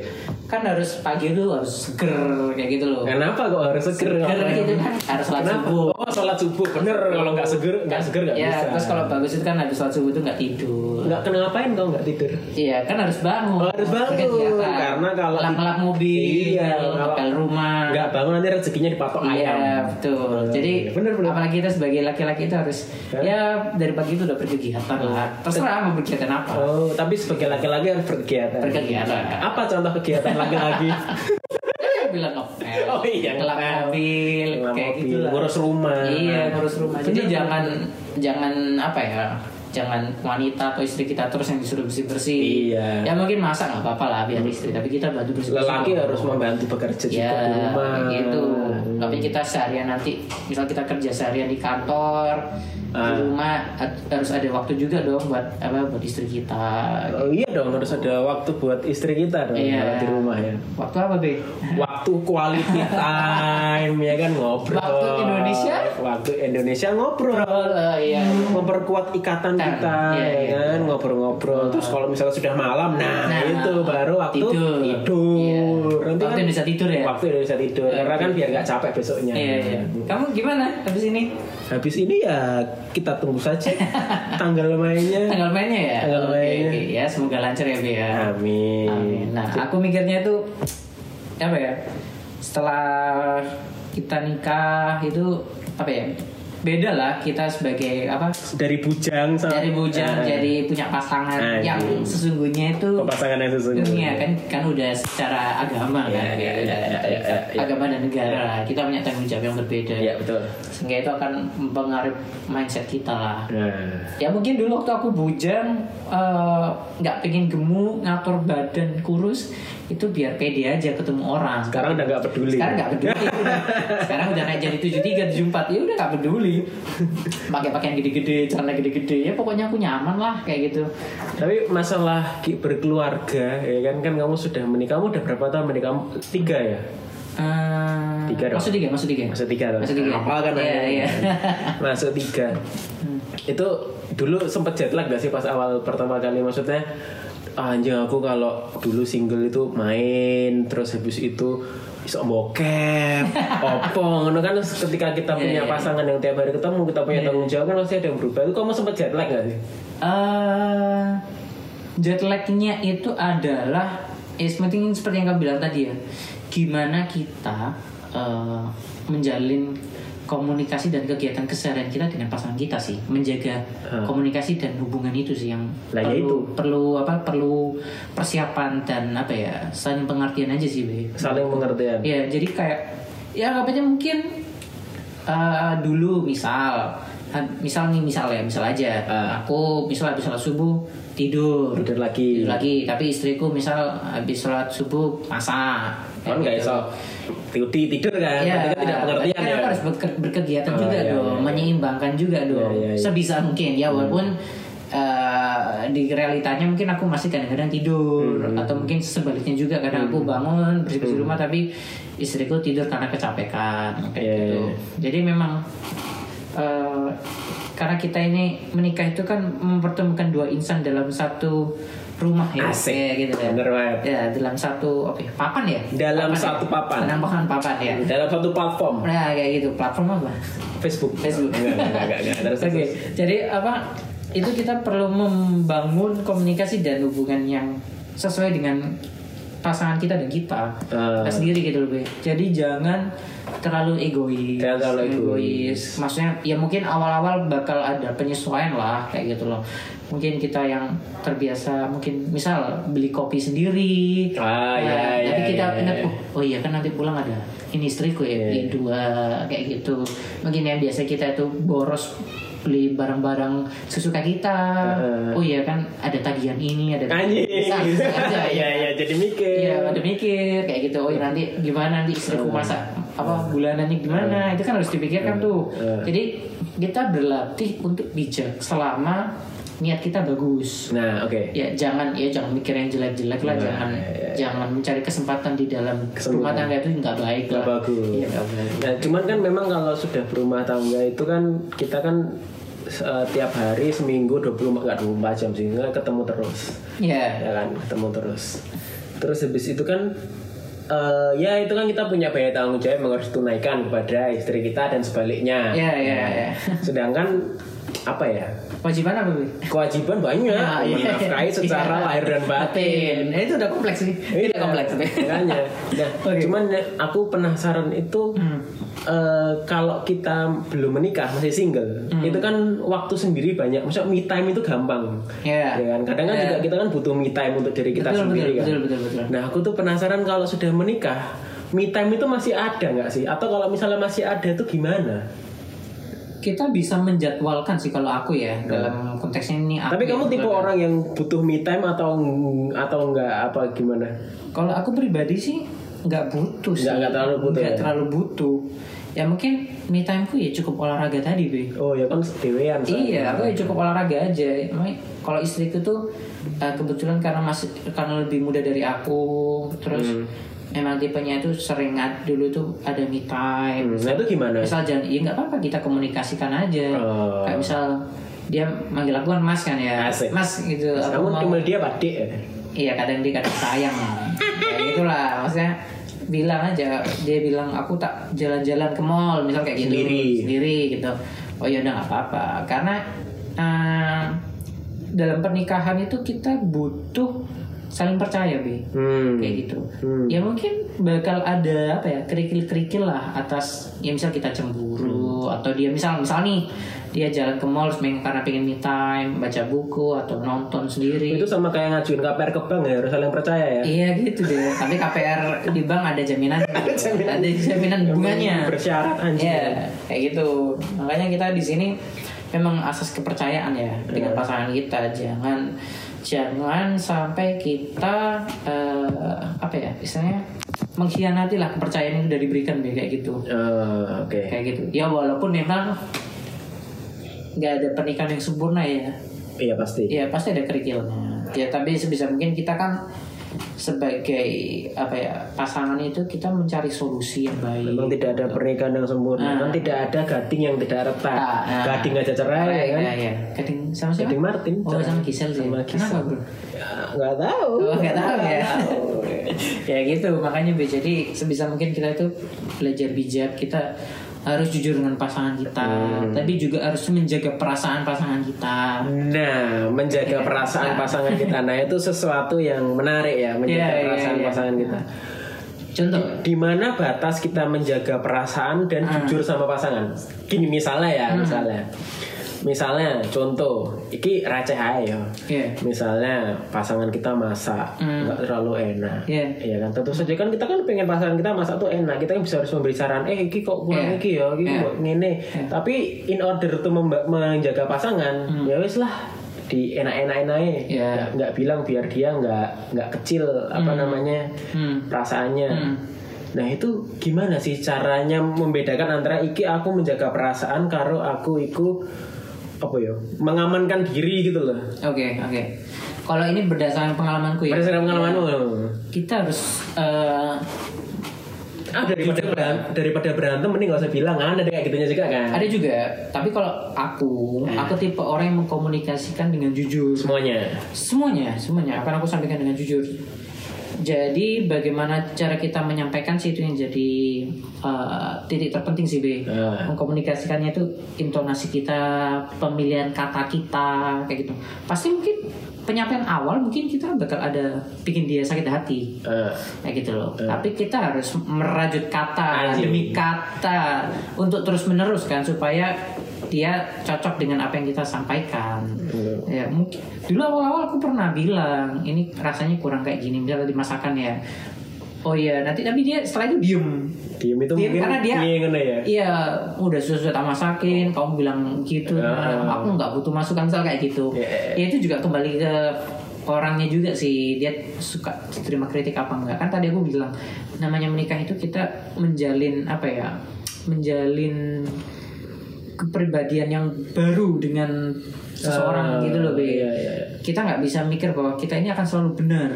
Speaker 2: kan harus pagi itu harus seger kayak gitu loh
Speaker 1: Nah, kenapa kok harus seger
Speaker 2: seger
Speaker 1: Ngapain?
Speaker 2: gitu kan harus sholat
Speaker 1: Kenapa?
Speaker 2: subuh
Speaker 1: oh sholat subuh bener kalau nggak seger nggak seger nggak
Speaker 2: ya
Speaker 1: bisa
Speaker 2: terus kalau bagus itu kan habis sholat subuh itu nggak tidur
Speaker 1: nggak kenapa-ngapain kau nggak tidur
Speaker 2: Iya kan harus bangun.
Speaker 1: Oh, harus bangun.
Speaker 2: Kegiatan.
Speaker 1: Karena kalau-
Speaker 2: lap-lap mobil,
Speaker 1: Iya, kalau-
Speaker 2: ngepel rumah.
Speaker 1: nggak bangun nanti rezekinya dipatok ayam
Speaker 2: Nah. Iya betul. Jadi
Speaker 1: Bener, bener.
Speaker 2: apalagi kita sebagai laki-laki itu harus ya dari pagi itu udah berkegiatan lah. Terserah mau berkegiatan apa.
Speaker 1: Oh, tapi sebagai laki-laki harus berkegiatan.
Speaker 2: Berkegiatan.
Speaker 1: Apa contoh kegiatan laki-laki?
Speaker 2: Eh, Bilang ngepel.
Speaker 1: Oh, iya,
Speaker 2: Kelap
Speaker 1: ngepel.
Speaker 2: mobil,
Speaker 1: Nyelam
Speaker 2: kayak
Speaker 1: mobil,
Speaker 2: gitu lah.
Speaker 1: Ngurus rumah.
Speaker 2: Iya ngurus rumah. Jadi
Speaker 1: Bener,
Speaker 2: jangan jangan apa ya jangan wanita atau istri kita terus yang disuruh bersih bersih
Speaker 1: Iya.
Speaker 2: ya mungkin masak nggak apa-apa lah biar istri tapi kita bantu bersih bersih
Speaker 1: Lelaki harus membantu bekerja
Speaker 2: ya gitu.
Speaker 1: juga di rumah. Hmm.
Speaker 2: kayak gitu tapi kita seharian nanti misal kita kerja seharian di kantor
Speaker 1: Ah.
Speaker 2: di rumah at- harus ada waktu juga dong buat apa buat istri kita
Speaker 1: Oh, iya dong harus ada waktu buat istri kita dong
Speaker 2: Iya.
Speaker 1: kalau di rumah ya.
Speaker 2: waktu apa be
Speaker 1: Waktu quality time ya kan ngobrol.
Speaker 2: Waktu Indonesia?
Speaker 1: Waktu Indonesia ngobrol.
Speaker 2: oh eh, iya
Speaker 1: memperkuat ikatan
Speaker 2: Kan,
Speaker 1: kita
Speaker 2: iya,
Speaker 1: ya
Speaker 2: iya.
Speaker 1: kan ngobrol-ngobrol terus kalau misalnya sudah malam nah,
Speaker 2: Nah,
Speaker 1: itu baru waktu
Speaker 2: tidur.
Speaker 1: tidur,
Speaker 2: Iya.
Speaker 1: Nanti
Speaker 2: Waktu
Speaker 1: kan-
Speaker 2: bisa tidur ya
Speaker 1: waktu Indonesia tidur karena kan biar nggak capek besoknya
Speaker 2: iya iya kamu gimana habis ini
Speaker 1: habis ini ya kita tunggu saja tanggal mainnya
Speaker 2: tanggal mainnya ya
Speaker 1: Eh. Tanggal
Speaker 2: Oke,
Speaker 1: mainnya.
Speaker 2: oke. ya semoga lancar ya be ya
Speaker 1: amin,
Speaker 2: Amin. Nah, aku mikirnya itu apa ya? Setelah kita nikah itu apa ya? Beda lah kita sebagai apa?
Speaker 1: dari bujang sama
Speaker 2: Dari bujang
Speaker 1: Eh,
Speaker 2: jadi punya pasangan
Speaker 1: Aduh.
Speaker 2: yang sesungguhnya itu
Speaker 1: pasangan yang
Speaker 2: dunia
Speaker 1: sesungguhnya
Speaker 2: kan kan udah secara agama kan
Speaker 1: Iya, iya,
Speaker 2: beda.
Speaker 1: iya, iya, iya, iya.
Speaker 2: agama dan negara lah. kita punya tanggung jawab yang berbeda
Speaker 1: Iya, betul
Speaker 2: sehingga itu akan mempengaruhi mindset kita lah
Speaker 1: nah
Speaker 2: Ya mungkin dulu waktu aku bujang eh, nggak pengen gemuk ngatur badan kurus itu biar pede aja ketemu orang.
Speaker 1: sekarang udah nggak peduli
Speaker 2: Sekarang nggak peduli. udah. Sekarang udah naik jadi 73, 74 ya udah nggak peduli. Pakai pakaian gede-gede, celana gede-gede ya pokoknya aku nyaman lah kayak gitu.
Speaker 1: Tapi masalah ki- berkeluarga ya kan kan kamu sudah menikah, kamu udah berapa tahun menikah? Kamu Tiga ya?
Speaker 2: Eh,
Speaker 1: Tiga dong.
Speaker 2: Masuk tiga, masuk tiga.
Speaker 1: Masuk tiga tuh.
Speaker 2: Masuk tiga.
Speaker 1: Hafal kan?
Speaker 2: Iya,
Speaker 1: namanya.
Speaker 2: iya. Hmm.
Speaker 1: Masuk tiga. Itu dulu sempet jet lag gak sih pas awal pertama kali maksudnya? "Ah, Anjing aku kalau dulu single itu main terus habis itu iso bokep, opo ngono kan Terus ketika kita punya
Speaker 2: iya.
Speaker 1: pasangan yang tiap hari ketemu kita punya tanggung jawab kan pasti ada yang berubah itu kamu sempet jet lag gak sih?
Speaker 2: eh jet lagnya itu adalah eh, penting seperti yang kamu bilang tadi ya gimana kita eh, menjalin komunikasi dan kegiatan keseharian kita dengan pasangan kita sih menjaga komunikasi dan hubungan itu sih yang
Speaker 1: Eh. Lah, ya
Speaker 2: perlu perlu apa perlu persiapan dan apa ya saling pengertian aja sih Be.
Speaker 1: saling pengertian
Speaker 2: Ya, jadi kayak ya anggapnya mungkin eh, dulu misal ha- misal nih misal ya misal aja aku misal habis sholat subuh tidur
Speaker 1: udah
Speaker 2: tidur
Speaker 1: lagi
Speaker 2: lagi tapi istriku misal habis sholat subuh masak Gitu.
Speaker 1: kan nggak iso tidur tidur kan berarti kan tidak pengertian ya
Speaker 2: kan aku Iya. harus berke- berkegiatan
Speaker 1: Oh,
Speaker 2: juga
Speaker 1: iya,
Speaker 2: dong,
Speaker 1: iya, iya.
Speaker 2: menyeimbangkan juga dong,
Speaker 1: Iya, iya, iya.
Speaker 2: sebisa mungkin ya walaupun eh, di realitanya mungkin aku masih kadang-kadang
Speaker 1: Hmm,
Speaker 2: tidur atau mungkin sebaliknya juga kadang aku bangun bersih bersih rumah tapi istriku tidur karena kecapekan kayak
Speaker 1: Iya,
Speaker 2: gitu.
Speaker 1: iya.
Speaker 2: Jadi memang eh, karena kita ini menikah itu kan mempertemukan dua insan dalam satu rumah ya,
Speaker 1: Asik.
Speaker 2: Kayak gitu ya.
Speaker 1: Bener banget.
Speaker 2: Ya, dalam satu oke papan ya.
Speaker 1: Dalam
Speaker 2: ya?
Speaker 1: satu papan.
Speaker 2: Dalam papan papan ya.
Speaker 1: dalam satu platform
Speaker 2: Nah kayak gitu platform apa?
Speaker 1: Facebook
Speaker 2: Facebook.
Speaker 1: Enggak, enggak, enggak, enggak. iya, Terus,
Speaker 2: Oke,
Speaker 1: terus.
Speaker 2: jadi apa? Itu kita perlu membangun komunikasi dan hubungan yang sesuai dengan pasangan kita dan kita,
Speaker 1: Eh.
Speaker 2: kita sendiri gitu loh. Be. Jadi jangan terlalu egois.
Speaker 1: Jangan terlalu
Speaker 2: Maksudnya ya mungkin awal-awal bakal ada penyesuaian lah kayak gitu loh. Mungkin kita yang terbiasa mungkin misal beli kopi sendiri.
Speaker 1: Ah,
Speaker 2: ya,
Speaker 1: iya, iya,
Speaker 2: Tapi kita
Speaker 1: iya,
Speaker 2: ingat,
Speaker 1: iya.
Speaker 2: "Oh, oh iya kan nanti pulang ada ini istriku ya beli dua kayak gitu mungkin yang biasa kita itu boros beli barang-barang sesuka kita
Speaker 1: Heeh.
Speaker 2: oh iya kan ada tagihan ini ada
Speaker 1: anjing
Speaker 2: Bisa, bisa aja,
Speaker 1: ya ya jadi mikir
Speaker 2: Iya, ada mikir kayak gitu. Oh, iya, nanti gimana nanti istriku masak apa bulanannya gimana? Itu kan harus dipikirkan tuh.
Speaker 1: Eh.
Speaker 2: Jadi kita berlatih untuk bijak selama niat kita bagus
Speaker 1: nah oke
Speaker 2: ya jangan ya jangan mikir yang jelek-jelek
Speaker 1: Nah,
Speaker 2: lah jangan
Speaker 1: ya, ya,
Speaker 2: jangan mencari kesempatan di dalam rumah
Speaker 1: Kesempatan.
Speaker 2: tangga itu nggak baik
Speaker 1: Nggak
Speaker 2: lah.
Speaker 1: bagus.
Speaker 2: Iya, nggak baik.
Speaker 1: Nah, cuman kan memang kalau sudah berumah tangga itu kan kita kan eh, tiap hari seminggu 24 enggak 24 jam sih enggak ketemu terus
Speaker 2: Iya.
Speaker 1: ya kan ketemu terus terus habis itu kan eh, ya itu kan kita punya banyak tanggung jawab yang harus tunaikan kepada istri kita dan sebaliknya Nah,
Speaker 2: Iya, iya, iya.
Speaker 1: sedangkan apa ya
Speaker 2: Wajiban apa Bu?
Speaker 1: kewajiban banyak
Speaker 2: Ah, iya.
Speaker 1: menafkahi Ya, secara
Speaker 2: Iya.
Speaker 1: lahir dan batin Iya,
Speaker 2: Ya, itu udah kompleks sih. Itu udah kompleks tapi.
Speaker 1: Makanya. Nah,
Speaker 2: Oke. Hmm.
Speaker 1: cuman aku penasaran itu eh, kalau kita belum menikah masih single,
Speaker 2: Hmm.
Speaker 1: itu kan waktu sendiri banyak. Maksudnya me time itu gampang.
Speaker 2: Iya.
Speaker 1: Ya kan? Kadang kan
Speaker 2: Iya.
Speaker 1: juga kita kan butuh me time untuk diri kita
Speaker 2: Betul,
Speaker 1: sendiri
Speaker 2: betul,
Speaker 1: kan.
Speaker 2: betul, betul, betul.
Speaker 1: Nah, aku tuh penasaran kalau sudah menikah, me time itu masih ada nggak sih? Atau kalau misalnya masih ada tuh gimana?
Speaker 2: Kita bisa menjadwalkan sih kalau aku ya dalam konteks ini. aku
Speaker 1: Iya. Tapi
Speaker 2: ya,
Speaker 1: kamu tipe
Speaker 2: kalau-
Speaker 1: orang yang butuh me time atau atau nggak apa gimana?
Speaker 2: Kalau aku pribadi sih nggak butuh sih.
Speaker 1: Nggak- nggak terlalu butuh
Speaker 2: Nggak
Speaker 1: ya?
Speaker 2: terlalu butuh. Ya mungkin me time ku ya cukup olahraga tadi, Be.
Speaker 1: Oh ya kan dewean
Speaker 2: Iya, aku ya
Speaker 1: gitu.
Speaker 2: cukup olahraga aja. Emang kalau istriku tuh eh, kebetulan karena masih karena lebih muda dari aku, terus
Speaker 1: Hmm.
Speaker 2: emang tipenya itu seringat dulu tuh ada me time.
Speaker 1: Hmm, Nah itu gimana?
Speaker 2: Misal jangan, ya nggak apa-apa kita komunikasikan aja.
Speaker 1: Oh.
Speaker 2: Kayak misal dia manggil aku kan Mas kan ya,
Speaker 1: Asik.
Speaker 2: Mas gitu. aku
Speaker 1: Kamu
Speaker 2: mau-
Speaker 1: timbal dia Pak Dik ya?
Speaker 2: Iya kadang dia kadang sayang. ya itulah maksudnya bilang aja dia bilang aku tak jalan-jalan ke mall misal kayak gitu
Speaker 1: Sendiri.
Speaker 2: sendiri gitu oh ya udah nggak apa-apa karena eh, dalam pernikahan itu kita butuh saling percaya bi
Speaker 1: Hmm.
Speaker 2: kayak gitu
Speaker 1: Hmm.
Speaker 2: ya mungkin bakal ada apa ya kerikil-kerikil lah atas ya misal kita cemburu
Speaker 1: Hmm.
Speaker 2: atau dia misal misal nih dia jalan ke mall semeng- karena pengen me time baca buku atau nonton sendiri
Speaker 1: Itu sama kayak ngajuin KPR ke bank ya harus saling percaya ya.
Speaker 2: Iya gitu deh. Tapi KPR di bank ada jaminan. ada
Speaker 1: jaminan.
Speaker 2: jaminan bunganya.
Speaker 1: Bersyarat anjing.
Speaker 2: Iya, kayak gitu. Makanya kita di sini memang asas kepercayaan ya
Speaker 1: Iya.
Speaker 2: dengan pasangan kita. Jangan jangan sampai kita eh, apa ya istilahnya mengkhianati lah kepercayaan yang udah diberikan Be, kayak gitu
Speaker 1: Eh, Oke.
Speaker 2: kayak gitu ya walaupun memang nggak ada pernikahan yang sempurna ya
Speaker 1: Iya pasti.
Speaker 2: Iya pasti ada kerikilnya. Ya tapi sebisa mungkin kita kan sebagai apa ya pasangan itu kita mencari solusi yang baik.
Speaker 1: Memang tidak ada pernikahan yang sempurna. Kan tidak ada gading yang tidak retak.
Speaker 2: Ah, ah.
Speaker 1: Gading aja cerai ya kan.
Speaker 2: ya, ya. Gading sama siapa?
Speaker 1: Gading Martin.
Speaker 2: Oh sama Gisel sih.
Speaker 1: Sama
Speaker 2: Kenapa bro?
Speaker 1: Ya, nggak tahu.
Speaker 2: Oh nggak tahu ya. ya gitu makanya Bi. jadi sebisa mungkin kita itu belajar bijak kita harus jujur dengan pasangan kita
Speaker 1: Hmm.
Speaker 2: tapi juga harus menjaga perasaan pasangan kita
Speaker 1: Nah,
Speaker 2: Iya.
Speaker 1: menjaga perasaan pasangan kita. Nah, itu sesuatu yang menarik ya, menjaga
Speaker 2: Iya, iya,
Speaker 1: perasaan
Speaker 2: iya.
Speaker 1: pasangan kita.
Speaker 2: contoh
Speaker 1: Di mana batas kita menjaga perasaan dan
Speaker 2: Hmm.
Speaker 1: jujur sama pasangan? Gini misalnya ya, misalnya. Misalnya contoh, iki receh ae ya.
Speaker 2: Iya.
Speaker 1: Misalnya pasangan kita masak nggak terlalu enak.
Speaker 2: Hmm. Iya.
Speaker 1: Iya kan? Tentu saja kan kita kan pengen pasangan kita masak tuh enak. Kita kan bisa harus memberi saran, "Eh, iki kok kurang
Speaker 2: Iya.
Speaker 1: iki ya, iki
Speaker 2: Iya. Hmm.
Speaker 1: kok ngene." Tapi in order tuh memba- menjaga pasangan, ya wis lah di enak-enak aja.
Speaker 2: Iya.
Speaker 1: Nggak- nggak bilang biar dia nggak nggak kecil apa namanya
Speaker 2: hmm.
Speaker 1: perasaannya. Nah itu gimana sih caranya membedakan antara iki aku menjaga perasaan karo aku iku apa ya mengamankan diri gitu loh.
Speaker 2: Oke, oke. Kalau ini berdasarkan pengalamanku ya.
Speaker 1: Berdasarkan pengalamanmu
Speaker 2: Kita harus eh,
Speaker 1: ah, daripada beran- daripada berantem mending gak usah bilang kan ada kayak gitunya juga kan.
Speaker 2: ada juga, tapi kalau aku, aku tipe orang yang mengkomunikasikan dengan jujur.
Speaker 1: Semuanya.
Speaker 2: Semuanya, semuanya akan aku sampaikan dengan jujur. Jadi bagaimana cara kita menyampaikan sih itu yang jadi eh, titik terpenting sih B.
Speaker 1: Ah.
Speaker 2: Mengkomunikasikannya itu intonasi kita, pemilihan kata kita kayak gitu. Pasti mungkin penyampaian awal mungkin kita bakal ada bikin dia sakit hati.
Speaker 1: Eh,
Speaker 2: kayak gitu loh. Tapi kita harus merajut kata
Speaker 1: Anjing.
Speaker 2: demi kata untuk terus meneruskan supaya dia cocok dengan apa yang kita sampaikan. Ya mungkin dulu awal-awal aku pernah bilang ini rasanya kurang kayak gini misalnya dimasakan ya. Oh iya nanti tapi dia setelah itu diem.
Speaker 1: diem itu
Speaker 2: Diem,
Speaker 1: mungkin
Speaker 2: karena dia-
Speaker 1: iya ngono ya.
Speaker 2: Iya udah susah tak masakin kamu bilang gitu.
Speaker 1: Ah.
Speaker 2: Aku nggak butuh masukan misal kayak gitu.
Speaker 1: Iya.
Speaker 2: Ya itu juga kembali ke orangnya juga sih dia suka terima kritik apa enggak kan tadi aku bilang namanya menikah itu kita menjalin apa ya menjalin kepribadian yang baru dengan seseorang
Speaker 1: Ah,
Speaker 2: gitu loh Be.
Speaker 1: iya, iya, iya.
Speaker 2: kita nggak bisa mikir bahwa kita ini akan selalu benar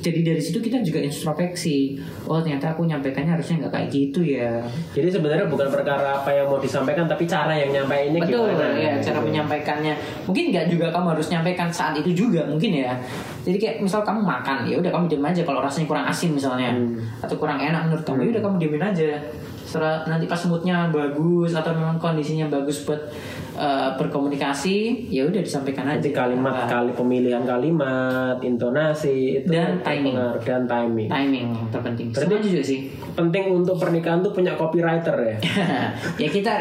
Speaker 2: jadi dari situ kita juga introspeksi oh ternyata aku nyampaikannya harusnya nggak kayak gitu ya
Speaker 1: Jadi sebenarnya bukan perkara apa yang mau disampaikan tapi cara yang nyampaikannya
Speaker 2: Betul,
Speaker 1: gimana.
Speaker 2: ya, cara menyampaikannya. Mungkin nggak juga kamu harus nyampaikan saat itu juga, mungkin ya. Jadi kayak misal kamu makan, ya udah kamu diam aja kalau rasanya kurang asin misalnya,
Speaker 1: Hmm.
Speaker 2: atau kurang enak menurut kamu, ya udah kamu diamin aja. Setelah nanti pas moodnya bagus atau memang kondisinya bagus buat eh, berkomunikasi, ya udah disampaikan aja.
Speaker 1: Jadi kalimat
Speaker 2: Nah,
Speaker 1: kali pemilihan kalimat, intonasi itu
Speaker 2: Dan timing.
Speaker 1: berpengaruh. dan timing.
Speaker 2: timing yang terpenting. Sebenarnya juga sih.
Speaker 1: Penting untuk pernikahan tuh punya copywriter ya.
Speaker 2: ya kita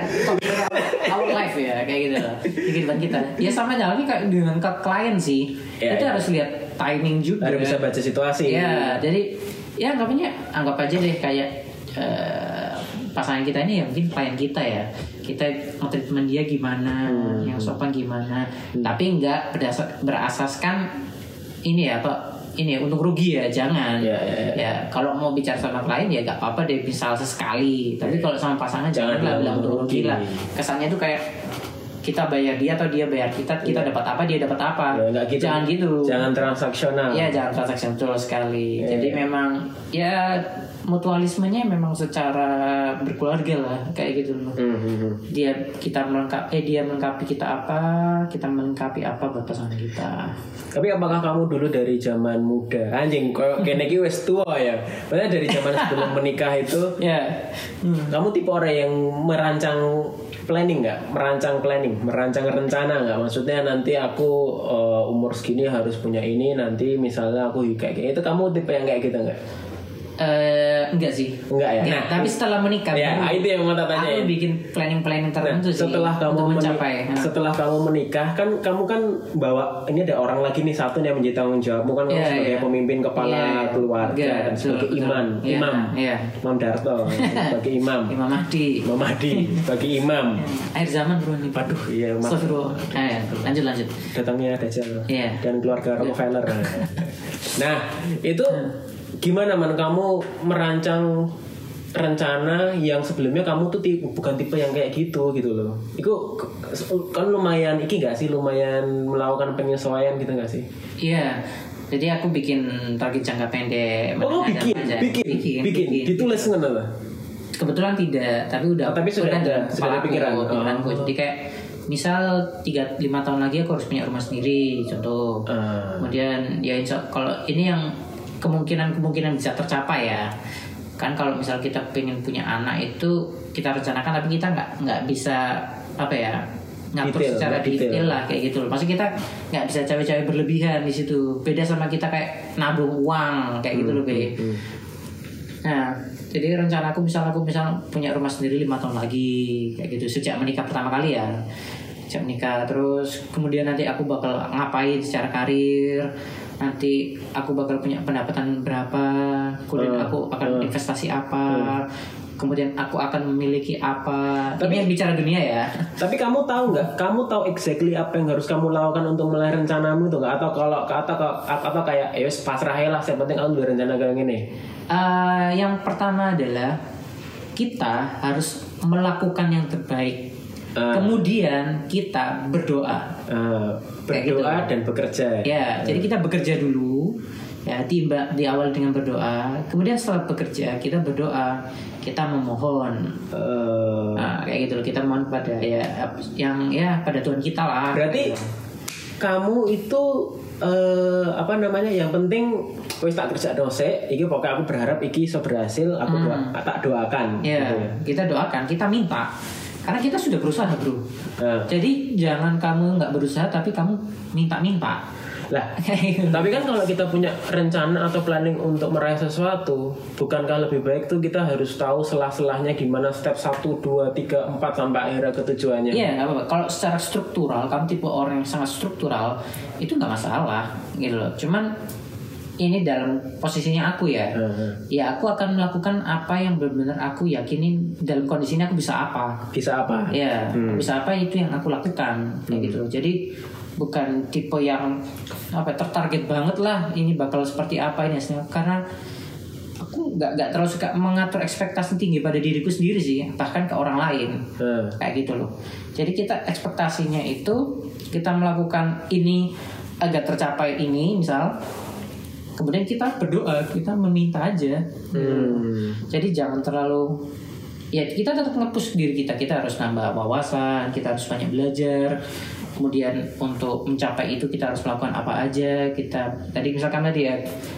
Speaker 2: our life ya kayak gitu loh di kehidupan kita ya sama halnya kayak dengan ke klien sih
Speaker 1: Ya,
Speaker 2: kita
Speaker 1: ya.
Speaker 2: harus lihat timing juga
Speaker 1: Harus bisa baca situasi.
Speaker 2: ya jadi ya anggapnya anggap aja deh kayak eh, pasangan kita ini ya mungkin klien kita ya kita treatment dia gimana
Speaker 1: Hmm.
Speaker 2: yang sopan gimana tapi nggak berdasar berasaskan ini ya pak ini ya untung rugi ya jangan
Speaker 1: Iya, iya, iya.
Speaker 2: ya kalau mau bicara sama klien ya gak apa-apa deh misal sesekali tapi kalau sama pasangan
Speaker 1: Jangan
Speaker 2: jangan lah
Speaker 1: bilang
Speaker 2: bilang untung
Speaker 1: rugi.
Speaker 2: rugi lah kesannya tuh kayak kita bayar dia atau dia bayar kita kita dapat apa dia dapat apa
Speaker 1: Iya. Ya, nggak gitu.
Speaker 2: jangan gitu
Speaker 1: Jangan transaksional.
Speaker 2: Iya jangan transaksi betul sekali.
Speaker 1: Iya,
Speaker 2: Jadi memang ya mutualismenya memang secara berkeluarga lah kayak gitu loh.
Speaker 1: Hmm, hmm, hmm.
Speaker 2: Dia kita melengkap eh dia melengkapi kita apa, kita melengkapi apa buat pasangan kita.
Speaker 1: Tapi apakah kamu dulu dari zaman muda anjing koyo kene iki wis tua ya. Maksudnya dari zaman sebelum menikah itu
Speaker 2: Ya.
Speaker 1: kamu tipe orang yang merancang planning nggak? Merancang planning, merancang rencana nggak? Maksudnya nanti aku eh, umur segini harus punya ini, nanti misalnya aku kayak gini. Itu kamu tipe yang kayak gitu nggak?
Speaker 2: Eh enggak sih.
Speaker 1: Enggak ya?
Speaker 2: Ya,
Speaker 1: Nah,
Speaker 2: tapi setelah menikah
Speaker 1: Ya,
Speaker 2: baru
Speaker 1: itu yang mau tak tanyain.
Speaker 2: aku bikin planning-planning
Speaker 1: Nah,
Speaker 2: tertentu sih
Speaker 1: setelah kamu
Speaker 2: untuk
Speaker 1: meni-
Speaker 2: mencapai. Nah.
Speaker 1: setelah kamu menikah kan kamu kan bawa ini ada orang lagi nih satu nih yang menjadi tanggung jawabmu kan kamu
Speaker 2: Iya,
Speaker 1: sebagai
Speaker 2: iya.
Speaker 1: pemimpin kepala
Speaker 2: Iya, iya.
Speaker 1: keluarga
Speaker 2: Iya,
Speaker 1: dan
Speaker 2: betul,
Speaker 1: sebagai
Speaker 2: betul.
Speaker 1: imam
Speaker 2: Iya,
Speaker 1: imam
Speaker 2: iya.
Speaker 1: imam Darto sebagai imam
Speaker 2: Imam Mahdi.
Speaker 1: Imam Mahdi sebagai imam
Speaker 2: Akhir zaman bro nih. Waduh.
Speaker 1: iya Mas.
Speaker 2: Astagfirullah. Nah, ya, lanjut lanjut.
Speaker 1: datangnya Dajjal
Speaker 2: Iya.
Speaker 1: dan keluarga Rockefeller nah itu gimana man kamu merancang rencana yang sebelumnya kamu tuh tipe, bukan tipe yang kayak gitu gitu loh itu ke- kan lumayan iki gak sih lumayan melakukan penyesuaian gitu gak sih
Speaker 2: Iya, jadi aku bikin target jangka pendek.
Speaker 1: oh
Speaker 2: menengah,
Speaker 1: bikin,
Speaker 2: dan panjang.
Speaker 1: bikin bikin ditulis ngono lah
Speaker 2: Kebetulan tidak, tapi
Speaker 1: Oh,
Speaker 2: udah.
Speaker 1: tapi sudah ada,
Speaker 2: dalam
Speaker 1: sudah ada
Speaker 2: kepalaku,
Speaker 1: pikiran.
Speaker 2: pikiranku.
Speaker 1: Oh.
Speaker 2: Jadi kayak misal 3 lima tahun lagi aku harus punya rumah sendiri, contoh.
Speaker 1: Ah.
Speaker 2: Kemudian ya insya kalau ini yang kemungkinan-kemungkinan bisa tercapai ya. Kan kalau misal kita pengen punya anak itu kita rencanakan tapi kita nggak nggak bisa apa ya ngatur
Speaker 1: Detail,
Speaker 2: secara
Speaker 1: nggak detail.
Speaker 2: detail lah kayak gitu loh. Maksudnya kita nggak bisa cawe-cawe berlebihan di situ. Beda sama kita kayak nabung uang kayak gitu loh,
Speaker 1: Hmm,
Speaker 2: Be. Nah, jadi rencana aku misal aku misal punya rumah sendiri lima tahun lagi kayak gitu sejak menikah pertama kali ya. Sejak menikah terus kemudian nanti aku bakal ngapain secara karir. Nanti aku bakal punya pendapatan berapa, kemudian
Speaker 1: Hmm,
Speaker 2: aku akan investasi apa, kemudian aku akan memiliki apa. Tapi yang bicara dunia ya.
Speaker 1: tapi kamu tahu nggak kamu tahu exactly apa yang harus kamu lakukan untuk mulai rencanamu tuh nggak atau kalau atau atau kayak ya wis, pasrah aja lah yang penting aku udah rencana kayak gini
Speaker 2: Eh, yang pertama adalah kita harus melakukan yang terbaik.
Speaker 1: Ah.
Speaker 2: Kemudian kita berdoa.
Speaker 1: Eh,
Speaker 2: Kayak gitu.
Speaker 1: berdoa dan bekerja
Speaker 2: Ya, jadi kita bekerja dulu. Ya, tiba di awal dengan berdoa. Kemudian setelah bekerja kita berdoa, kita memohon.
Speaker 1: Eh,
Speaker 2: Nah, kayak gitu loh. Kita mohon pada ya yang ya pada Tuhan kita lah.
Speaker 1: berarti kamu itu eh, apa namanya yang penting wis tak kerja dosek iki pokoknya aku berharap iki iso berhasil aku doa,
Speaker 2: Hmm.
Speaker 1: tak doakan
Speaker 2: Ya,
Speaker 1: gitu ya.
Speaker 2: kita doakan, kita minta. Karena kita sudah berusaha, Bro.
Speaker 1: Nah,
Speaker 2: Jadi jangan kamu nggak berusaha tapi kamu minta-minta. gitu.
Speaker 1: lah tapi kan kalau kita punya rencana atau planning untuk meraih sesuatu bukankah lebih baik tuh kita harus tahu selah-selahnya gimana step 1, 2, 3, 4 sampai akhirnya ke tujuannya
Speaker 2: Iya, nggak apa-apa. Kalau secara struktural, kamu tipe orang yang sangat struktural, itu nggak masalah, gitu loh. Cuman ini dalam posisinya aku ya,
Speaker 1: Heeh.
Speaker 2: ya aku akan melakukan apa yang benar-benar aku yakinin dalam kondisi ini aku bisa apa.
Speaker 1: bisa apa
Speaker 2: Ya, aku bisa apa itu yang aku lakukan, kayak gitu loh. Jadi bukan tipe yang apa tertarget banget lah ini bakal seperti apa ini hasilnya karena aku nggak nggak terlalu suka mengatur ekspektasi tinggi pada diriku sendiri sih bahkan ke orang lain
Speaker 1: Nah,
Speaker 2: kayak gitu loh. Jadi kita ekspektasinya itu kita melakukan ini agar tercapai ini misal, kemudian kita berdoa kita meminta aja.
Speaker 1: hmm.
Speaker 2: Jadi jangan terlalu ya kita tetap nge-push diri kita kita harus nambah wawasan kita harus banyak belajar kemudian untuk mencapai itu kita harus melakukan apa aja kita tadi misalkan tadi ya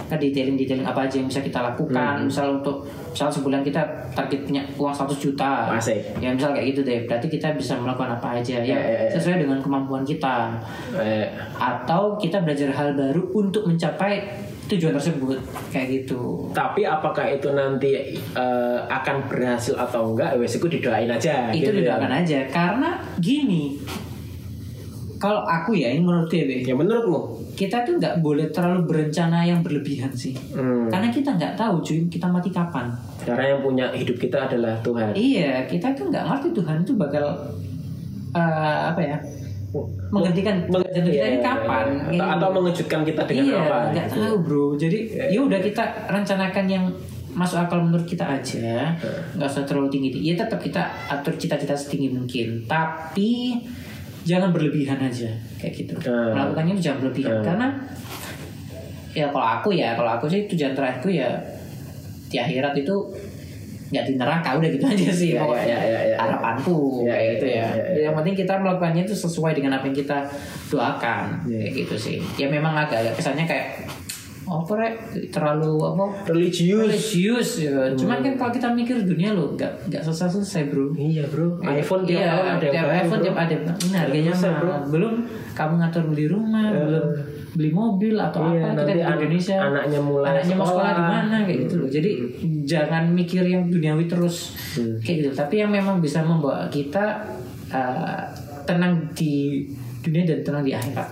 Speaker 2: tadi detailing detailing apa aja yang bisa kita
Speaker 1: Hmm.
Speaker 2: lakukan misal untuk misal sebulan kita target punya uang 100 juta
Speaker 1: Asik.
Speaker 2: ya misal kayak gitu deh berarti kita bisa melakukan apa aja ya
Speaker 1: Ya, ya, ya.
Speaker 2: sesuai dengan kemampuan kita
Speaker 1: Eh,
Speaker 2: atau kita belajar hal baru untuk mencapai tujuan tersebut kayak gitu
Speaker 1: tapi apakah itu nanti eh, akan berhasil atau enggak ya wes itu didoain aja
Speaker 2: Nah, itu
Speaker 1: gitu ya.
Speaker 2: didoakan aja karena gini kalau aku ya ini menurut gue Be,
Speaker 1: ya menurutmu
Speaker 2: kita tuh nggak boleh terlalu berencana yang berlebihan sih
Speaker 1: hmm.
Speaker 2: karena kita nggak tahu cuy kita mati kapan
Speaker 1: karena yang punya hidup kita adalah Tuhan
Speaker 2: iya kita tuh nggak ngerti Tuhan tuh bakal eh, apa ya menggantikan pekerjaan kita ini kapan
Speaker 1: Atau,
Speaker 2: Ini-
Speaker 1: iya, atau mengejutkan kita dengan
Speaker 2: iya
Speaker 1: apa?
Speaker 2: nggak
Speaker 1: gitu.
Speaker 2: tahu bro jadi ya udah kita rencanakan yang masuk akal menurut
Speaker 1: Iya.
Speaker 2: kita aja nggak usah terlalu tinggi ya tetap kita atur cita-cita setinggi mungkin tapi jangan berlebihan aja kayak gitu
Speaker 1: Hmm.
Speaker 2: melakukannya itu jangan berlebihan karena ya kalau aku ya kalau aku sih tujuan terakhirku ya di akhirat itu nggak di neraka udah gitu aja sih
Speaker 1: Iya,
Speaker 2: pokoknya
Speaker 1: iya, iya, iya, iya.
Speaker 2: harapanku
Speaker 1: Iya,
Speaker 2: kayak
Speaker 1: iya,
Speaker 2: gitu ya.
Speaker 1: iya, iya, iya.
Speaker 2: Yang penting kita melakukannya itu sesuai dengan apa yang kita doakan
Speaker 1: Iya.
Speaker 2: kayak gitu sih. Ya memang agak-agak kesannya kayak oh rek terlalu apa
Speaker 1: Religius.
Speaker 2: religius ya. Cuman kan kalau kita mikir dunia lo nggak nggak selesai-selesai bro.
Speaker 1: Iya bro. iPhone tiap
Speaker 2: Iya,
Speaker 1: tahun ada yang
Speaker 2: tiap
Speaker 1: baru,
Speaker 2: iPhone
Speaker 1: bro.
Speaker 2: tiap ada yang- ini harganya
Speaker 1: Bisa,
Speaker 2: mahal.
Speaker 1: bro.
Speaker 2: Belum kamu ngatur beli rumah, belum beli mobil atau
Speaker 1: Iya,
Speaker 2: apa kita
Speaker 1: nanti
Speaker 2: di
Speaker 1: an-
Speaker 2: Indonesia.
Speaker 1: anaknya mulai
Speaker 2: anaknya mau sekolah di
Speaker 1: sekolah. Hmm.
Speaker 2: mana kayak gitu loh. Jadi jangan mikir yang duniawi terus kayak gitu. Tapi yang memang bisa membawa kita uh, tenang di dunia dan tenang di akhirat.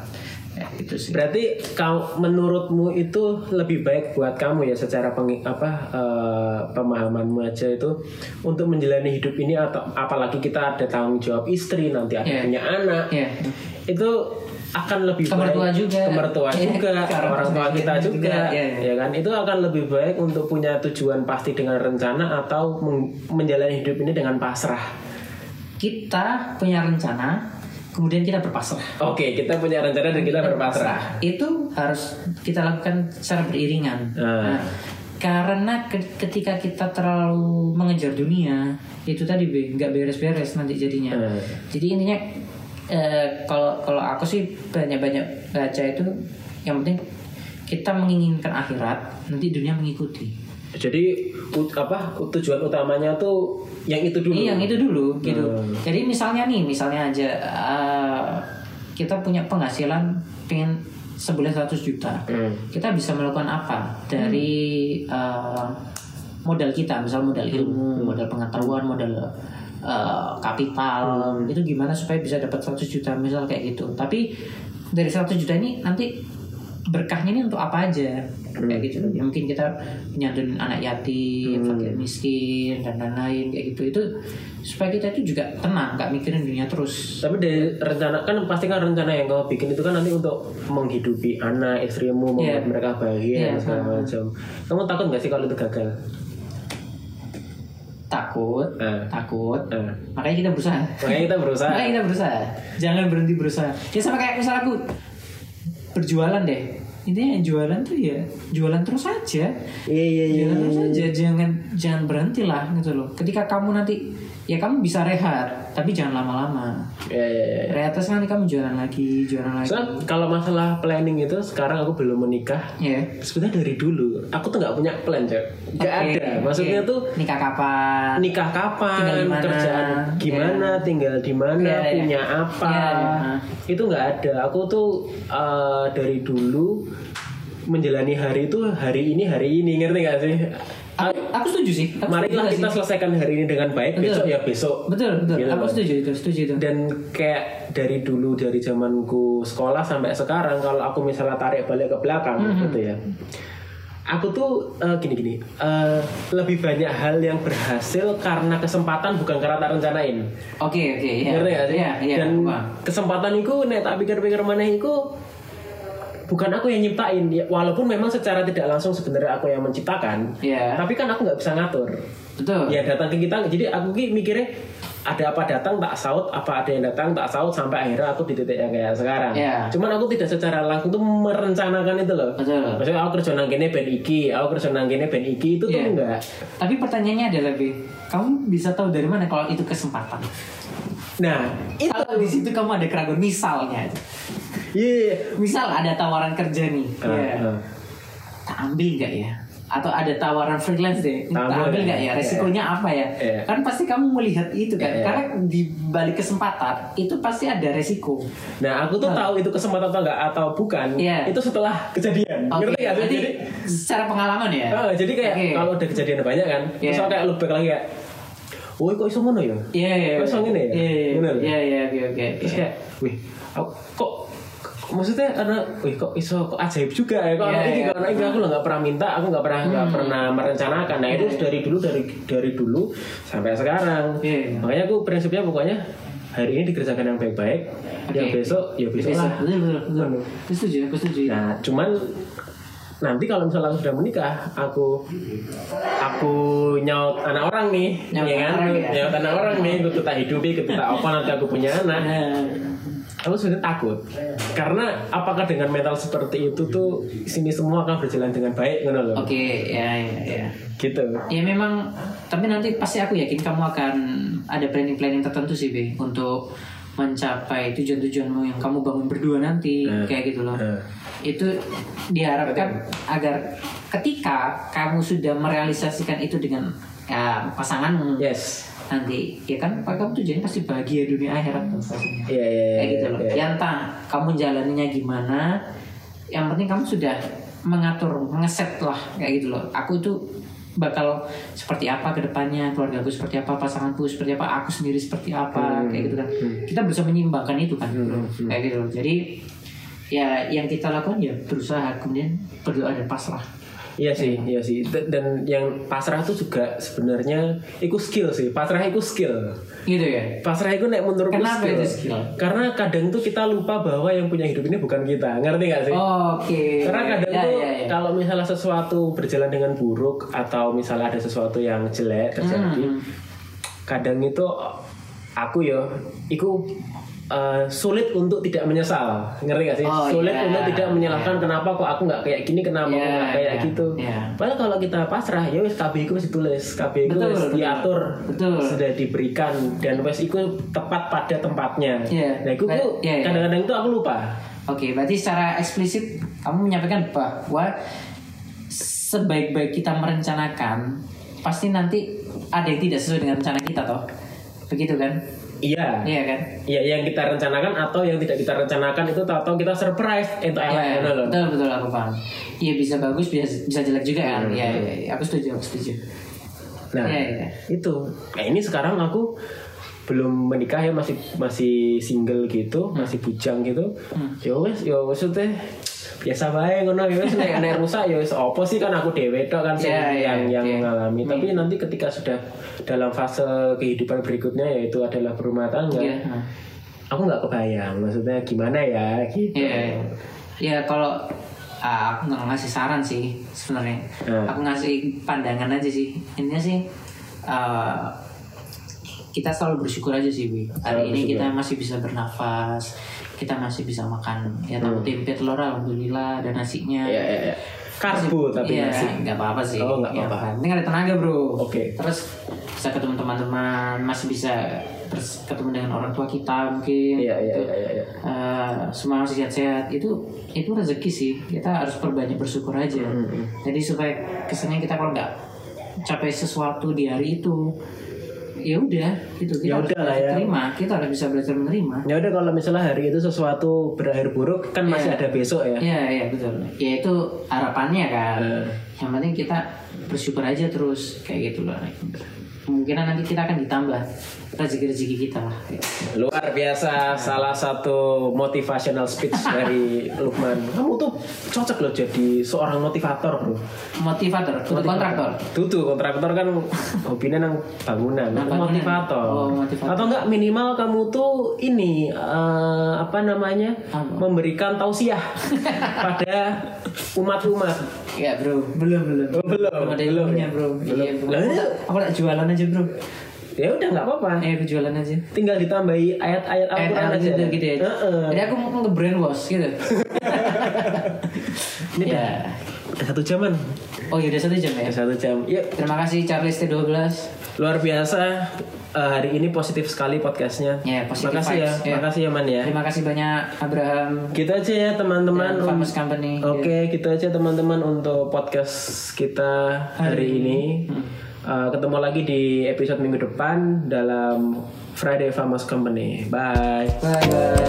Speaker 2: Ya, itu sih.
Speaker 1: Berarti kau menurutmu itu lebih baik buat kamu ya secara pengi- apa eh, pemahamanmu aja itu untuk menjalani hidup ini atau apalagi kita ada tanggung jawab istri nanti ada
Speaker 2: Iya.
Speaker 1: punya anak
Speaker 2: Iya.
Speaker 1: itu akan lebih
Speaker 2: Kemertua
Speaker 1: baik
Speaker 2: juga.
Speaker 1: kemertua
Speaker 2: Iya,
Speaker 1: juga
Speaker 2: karena
Speaker 1: orang tua kita
Speaker 2: juga.
Speaker 1: juga
Speaker 2: Iya, iya.
Speaker 1: ya kan itu akan lebih baik untuk punya tujuan pasti dengan rencana atau meng- menjalani hidup ini dengan pasrah.
Speaker 2: Kita punya rencana, kemudian kita berpasrah.
Speaker 1: Oke, kita punya rencana dan kita berpasrah.
Speaker 2: itu harus kita lakukan secara beriringan
Speaker 1: Ah.
Speaker 2: Nah, karena ke- ketika kita terlalu mengejar dunia itu tadi Be, nggak beres-beres nanti jadinya
Speaker 1: Ah.
Speaker 2: jadi intinya eh, kalau kalau aku sih banyak-banyak baca itu yang penting kita menginginkan akhirat nanti dunia mengikuti
Speaker 1: Jadi ut- apa tujuan utamanya tuh yang itu dulu.
Speaker 2: Iya yang itu dulu gitu.
Speaker 1: Hmm.
Speaker 2: Jadi misalnya nih, misalnya aja eh, kita punya penghasilan pengen sebulan 100 juta.
Speaker 1: Hmm.
Speaker 2: Kita bisa melakukan apa dari eh, modal kita, misal modal ilmu, modal pengetahuan, modal eh, kapital. Itu gimana supaya bisa dapat 100 juta misal kayak gitu. Tapi dari 100 juta ini nanti berkahnya ini untuk apa aja kayak gitu ya mungkin kita nyantuin anak yatim fakir miskin dan lain-lain kayak gitu itu supaya kita itu juga tenang nggak mikirin dunia terus
Speaker 1: Tapi dari rencana kan pasti kan rencana yang kau bikin itu kan nanti untuk menghidupi anak istrimu membuat
Speaker 2: Iya.
Speaker 1: mereka bahagia
Speaker 2: Iya,
Speaker 1: segala macam. Kamu takut nggak sih kalau itu gagal?
Speaker 2: takut
Speaker 1: Eh. Oh, iya.
Speaker 2: takut
Speaker 1: Eh.
Speaker 2: makanya kita berusaha
Speaker 1: Makanya kita berusaha.
Speaker 2: makanya Nah, kita berusaha jangan berhenti berusaha ya sama kayak misal aku berjualan deh intinya jualan tuh ya jualan terus aja
Speaker 1: Iya iya iya.
Speaker 2: Jalan terus aja, jangan jangan berhenti lah gitu loh. Ketika kamu nanti ya kamu bisa rehat, tapi jangan lama-lama.
Speaker 1: Iya iya. iya.
Speaker 2: Rehat terus nanti kamu jualan lagi, jualan lagi.
Speaker 1: So, kalau masalah planning itu sekarang aku belum menikah.
Speaker 2: Ya.
Speaker 1: Sebenarnya dari dulu aku tuh nggak punya plan, Cok. Nggak
Speaker 2: Oke,
Speaker 1: ada. Maksudnya
Speaker 2: oke.
Speaker 1: tuh
Speaker 2: nikah kapan?
Speaker 1: nikah
Speaker 2: Tinggal
Speaker 1: kapan,
Speaker 2: di mana,
Speaker 1: kerjaan gimana, tinggal di mana,
Speaker 2: Iya, iya.
Speaker 1: punya apa,
Speaker 2: Iya,
Speaker 1: itu nggak ada. Aku tuh eh, dari dulu menjalani hari itu hari ini hari ini ngerti gak sih?
Speaker 2: Aku, aku setuju sih. Aku
Speaker 1: Marilah
Speaker 2: setuju
Speaker 1: kita
Speaker 2: sih.
Speaker 1: selesaikan hari ini dengan baik,
Speaker 2: Betul.
Speaker 1: besok ya besok.
Speaker 2: Betul, betul.
Speaker 1: Gitu
Speaker 2: aku
Speaker 1: loh.
Speaker 2: setuju itu, setuju itu.
Speaker 1: Dan kayak dari dulu dari zamanku sekolah sampai sekarang kalau aku misalnya tarik balik ke belakang
Speaker 2: Mm-hmm.
Speaker 1: gitu ya. Aku tuh eh, gini-gini, eh, lebih banyak hal yang berhasil karena kesempatan bukan karena tak rencanain.
Speaker 2: Oke, oke, iya.
Speaker 1: Ngerti nggak sih?
Speaker 2: Iya, iya.
Speaker 1: Dan
Speaker 2: Wah.
Speaker 1: kesempatan itu nek tak pikir-pikir mana iku bukan aku yang nyiptain Ya, walaupun memang secara tidak langsung sebenarnya aku yang menciptakan
Speaker 2: Iya.
Speaker 1: tapi kan aku nggak bisa ngatur
Speaker 2: Betul.
Speaker 1: ya datang ke kita jadi aku ki mikirnya ada apa datang tak saut apa ada yang datang tak saut sampai akhirnya aku di titik yang kayak sekarang
Speaker 2: Iya.
Speaker 1: cuman aku tidak secara langsung tuh merencanakan itu loh
Speaker 2: Betul.
Speaker 1: maksudnya aku kerja nang kene ben iki aku kerja nang kene ben iki itu tuh
Speaker 2: Iya.
Speaker 1: enggak
Speaker 2: Tapi pertanyaannya adalah, Be, kamu bisa tahu dari mana kalau itu kesempatan?
Speaker 1: nah itu
Speaker 2: Kalau di situ kamu ada keraguan misalnya.
Speaker 1: iya
Speaker 2: Misal ada tawaran kerja nih.
Speaker 1: Ah,
Speaker 2: Iya.
Speaker 1: ah.
Speaker 2: tak ambil nggak ya? Atau ada tawaran freelance deh,
Speaker 1: Tak
Speaker 2: tak
Speaker 1: ambil
Speaker 2: ambil nggak
Speaker 1: ya?
Speaker 2: ya? Resikonya apa ya?
Speaker 1: Iya.
Speaker 2: Kan pasti kamu melihat itu kan,
Speaker 1: Iya.
Speaker 2: karena di balik kesempatan itu pasti ada resiko.
Speaker 1: Nah, aku tuh tahu itu kesempatan atau enggak atau bukan
Speaker 2: Iya.
Speaker 1: itu setelah kejadian.
Speaker 2: Oke,
Speaker 1: Ngerti nggak sih?
Speaker 2: jadi
Speaker 1: Jadi
Speaker 2: secara pengalaman ya.
Speaker 1: eh, jadi kayak
Speaker 2: Oke.
Speaker 1: kalau udah kejadian banyak kan,
Speaker 2: Iya.
Speaker 1: misal kayak look back lagi kayak Woi kok iso ngono ya?
Speaker 2: Iya, iya, iya.
Speaker 1: Kok iso ngene ya?
Speaker 2: Iya, iya,
Speaker 1: Bener.
Speaker 2: iya, iya, oke, oke.
Speaker 1: Terus kayak, wih, aku, kok kok- maksudnya karena wih kok iso kok ajaib juga ya kok
Speaker 2: Iya,
Speaker 1: anak ini
Speaker 2: iya. Hmm.
Speaker 1: kok anak ini aku lah nggak pernah minta aku nggak pernah nggak pernah merencanakan nah itu dari dulu dari dari dulu sampai sekarang
Speaker 2: Iya, iya.
Speaker 1: makanya aku prinsipnya pokoknya hari ini dikerjakan yang baik-baik
Speaker 2: Oke.
Speaker 1: yang besok ya besok
Speaker 2: Bisa,
Speaker 1: lah
Speaker 2: betul betul betul.
Speaker 1: Anu.
Speaker 2: Aku setuju, aku setuju.
Speaker 1: Nah, cuman nanti kalau misalnya aku sudah menikah, aku aku nyaut anak orang nih,
Speaker 2: Nyaut
Speaker 1: ya kan?
Speaker 2: anak orang ya.
Speaker 1: Nyaut anak orang nih, ikut tak hidupi, ikut tak apa nanti aku punya anak.
Speaker 2: Nah,
Speaker 1: Aku sebenarnya takut, karena apakah dengan mental seperti itu tuh sini semua akan berjalan dengan baik, ngono loh.
Speaker 2: Oke, ya ya ya.
Speaker 1: Gitu.
Speaker 2: Ya memang, tapi nanti pasti aku yakin kamu akan ada planning-planning tertentu sih, Be, untuk mencapai tujuan-tujuanmu yang kamu bangun berdua nanti,
Speaker 1: Eh,
Speaker 2: kayak gitu loh.
Speaker 1: eh.
Speaker 2: Itu diharapkan agar ketika kamu sudah merealisasikan itu dengan ya, pasanganmu
Speaker 1: Yes.
Speaker 2: nanti, ya kan, kamu tujuannya pasti bahagia dunia akhirat tuh pastinya.
Speaker 1: Iya iya iya.
Speaker 2: kayak gitu loh.
Speaker 1: iya.
Speaker 2: Ya entah kamu jalaninya gimana, yang penting kamu sudah mengatur, ngeset lah kayak gitu loh. Aku itu bakal seperti apa ke depannya, keluarga aku seperti apa, pasanganku seperti apa, aku sendiri seperti apa,
Speaker 1: Hmm.
Speaker 2: kayak gitu kan. Kita bisa menyimbangkan itu kan, kayak gitu loh. Jadi ya yang kita lakukan ya berusaha kemudian berdoa dan pasrah.
Speaker 1: Iya sih, iya sih. Dan- Dan yang pasrah tuh juga sebenarnya itu skill sih. Pasrah itu skill.
Speaker 2: Gitu ya.
Speaker 1: pasrah itu nek menurutku
Speaker 2: Kenapa itu skill?
Speaker 1: Karena kadang tuh kita lupa bahwa yang punya hidup ini bukan kita. Ngerti gak sih?
Speaker 2: Oh, Oke.
Speaker 1: Karena kadang
Speaker 2: Ya,
Speaker 1: tuh
Speaker 2: ya, ya.
Speaker 1: kalau misalnya sesuatu berjalan dengan buruk atau misalnya ada sesuatu yang jelek terjadi,
Speaker 2: Hmm.
Speaker 1: kadang itu aku ya, iku eh, sulit untuk tidak menyesal, ngerti gak sih?
Speaker 2: Oh,
Speaker 1: sulit
Speaker 2: iya.
Speaker 1: untuk tidak menyalahkan kenapa kok aku nggak kayak gini, kenapa aku
Speaker 2: Iya,
Speaker 1: nggak kayak
Speaker 2: iya,
Speaker 1: gitu.
Speaker 2: iya.
Speaker 1: Padahal kalau kita pasrah, ya wis KB ku wis ditulis, KB ku
Speaker 2: Betul,
Speaker 1: wis
Speaker 2: betul.
Speaker 1: diatur,
Speaker 2: Betul.
Speaker 1: sudah diberikan dan wis iku tepat pada tempatnya.
Speaker 2: Iya.
Speaker 1: Nah, iku
Speaker 2: Ba-
Speaker 1: ku
Speaker 2: iya, iya.
Speaker 1: kadang-kadang itu aku lupa.
Speaker 2: Oke, berarti secara eksplisit kamu menyampaikan bahwa sebaik-baik kita merencanakan, pasti nanti ada yang tidak sesuai dengan rencana kita toh. Begitu kan?
Speaker 1: Iya.
Speaker 2: Iya kan?
Speaker 1: Ya, yang kita rencanakan atau yang tidak kita rencanakan itu tahu-tahu kita surprise itu
Speaker 2: Iya,
Speaker 1: elek
Speaker 2: iya,
Speaker 1: gitu loh.
Speaker 2: betul betul aku paham. Iya bisa bagus bisa bisa jelek juga kan? Iya iya, iya. aku setuju aku setuju.
Speaker 1: Nah,
Speaker 2: Iya, iya.
Speaker 1: itu. Nah, ini sekarang aku belum menikah ya masih masih single gitu,
Speaker 2: Hmm.
Speaker 1: masih bujang gitu. Ya wes, ya wes teh biasa bae ngono ya wes nek nek rusak ya wes opo sih kan aku dhewe tok kan sing
Speaker 2: Iya, iya,
Speaker 1: yang yang
Speaker 2: iya.
Speaker 1: mengalami. Tapi nanti ketika sudah dalam fase kehidupan berikutnya yaitu adalah berumah tangga.
Speaker 2: Iya. nah.
Speaker 1: Aku nggak kebayang maksudnya gimana ya gitu.
Speaker 2: Iya. iya. Ya kalau ah, aku nggak ngasih saran sih sebenarnya.
Speaker 1: Hmm.
Speaker 2: Aku ngasih pandangan aja sih. Intinya sih ah, kita selalu bersyukur aja sih, Wi. Hari
Speaker 1: Selalu
Speaker 2: ini
Speaker 1: bersyukur.
Speaker 2: kita masih bisa bernafas, kita masih bisa makan ya tahu tempe telur alhamdulillah ada nasinya.
Speaker 1: Hmm. Iya, iya, iya. Karbo tapi
Speaker 2: Iya,
Speaker 1: nasi.
Speaker 2: nggak apa-apa sih.
Speaker 1: Oh, nggak apa-apa.
Speaker 2: Ya, penting ada tenaga bro.
Speaker 1: Oke.
Speaker 2: Terus bisa ketemu teman-teman, masih bisa terus ketemu dengan orang tua kita mungkin.
Speaker 1: Iya, iya,
Speaker 2: gitu.
Speaker 1: iya, iya, iya.
Speaker 2: Eh, semua masih sehat-sehat itu itu rezeki sih. Kita harus perbanyak bersyukur aja. Jadi supaya kesannya kita kalau nggak capai sesuatu di hari itu ya udah gitu
Speaker 1: Ya
Speaker 2: kita harus
Speaker 1: udah lah
Speaker 2: belajar
Speaker 1: ya.
Speaker 2: terima kita harus bisa belajar menerima
Speaker 1: Ya udah kalau misalnya hari itu sesuatu berakhir buruk kan masih
Speaker 2: Iya.
Speaker 1: ada besok ya. Eh.
Speaker 2: Iya iya betul. Ya itu harapannya kan. Yang penting kita bersyukur aja terus kayak gitu loh. Kemungkinan nanti kita akan ditambah rezeki-rezeki kita lah.
Speaker 1: Luar biasa salah satu motivational speech dari Lukman. Kamu tuh cocok loh jadi seorang motivator bro.
Speaker 2: Motivator, untuk kontraktor.
Speaker 1: Tutu kontraktor kan hobinya nang bangunan,
Speaker 2: Nang
Speaker 1: aku
Speaker 2: bangunan.
Speaker 1: motivator.
Speaker 2: Oh, motivator.
Speaker 1: Atau enggak minimal kamu tuh ini eh, apa namanya
Speaker 2: Apa?
Speaker 1: memberikan tausiah pada umat-umat.
Speaker 2: Iya bro, belum belum.
Speaker 1: Oh, belum,
Speaker 2: ada
Speaker 1: belum
Speaker 2: ilmunya
Speaker 1: ya?
Speaker 2: bro.
Speaker 1: Belum.
Speaker 2: Iya, bro.
Speaker 1: Lah,
Speaker 2: Aku
Speaker 1: ini-
Speaker 2: tak- Aku tak jualan aja bro.
Speaker 1: Ya udah nggak apa-apa.
Speaker 2: Eh aku jualan aja.
Speaker 1: Tinggal ditambahi ayat-ayat
Speaker 2: Eh,
Speaker 1: Al-Quran aja.
Speaker 2: gitu gitu ya.
Speaker 1: Heeh.
Speaker 2: Jadi aku mau nge-brainwash gitu.
Speaker 1: Ini
Speaker 2: ya.
Speaker 1: Udah satu jaman.
Speaker 2: Oh ya udah satu jam ya.
Speaker 1: Udah satu jam. Yuk,
Speaker 2: Terima kasih Charles T12.
Speaker 1: luar biasa. Eh, hari ini positif sekali podcastnya.
Speaker 2: Ya, positif
Speaker 1: Makasih ya,
Speaker 2: vibes, ya.
Speaker 1: makasih ya Man ya.
Speaker 2: Terima kasih banyak Abraham
Speaker 1: Gitu aja ya teman-teman.
Speaker 2: dan Famous Company.
Speaker 1: Oke, gitu aja teman-teman untuk podcast kita hari ini. Eh, ketemu lagi di episode minggu depan dalam Friday Famous Company. Bye.
Speaker 2: Bye bye.